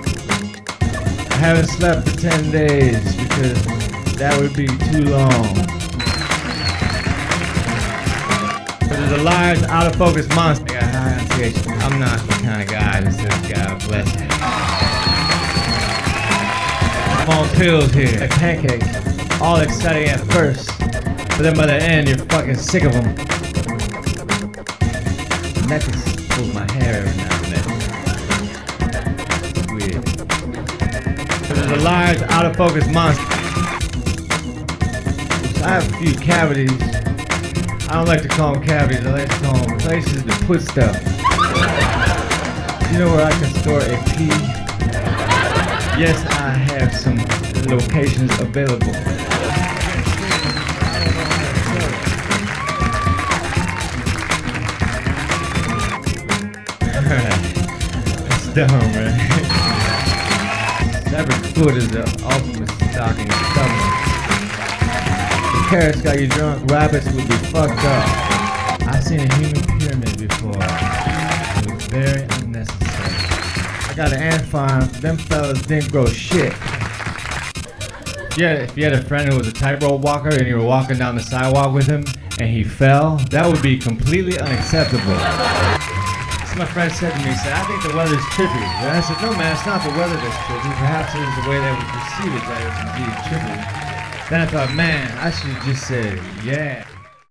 I haven't slept for 10 days because that would be too long. But there's a large, out of focus monster. I got high on THC. I'm not the kind of guy that says, God bless you. I'm on pills here. Like pancakes. All exciting at first. But then by the end, you're fucking sick of them. Necklace pulls my hair every now and then. It's weird. There's a large, out of focus monster. I have a few cavities. I don't like to call them cavities, I like to call them places to put stuff. You know where I can store a pee? Yes, I have some locations available. That's dumb, right? Severed foot is the ultimate stocking stuffer. Carrots got you drunk, rabbits would be fucked up. I've seen a human pyramid before. It was very unnecessary. I got an ant farm, them fellas didn't grow shit. Yeah, if you had a friend who was a tightrope walker and you were walking down the sidewalk with him and he fell, that would be completely unacceptable. So my friend said to me, he said, I think the weather's trippy. And I said, no, man, it's not the weather that's trippy. Perhaps it is the way that we perceive it that is indeed trippy. Then I thought, man, I should just say, yeah.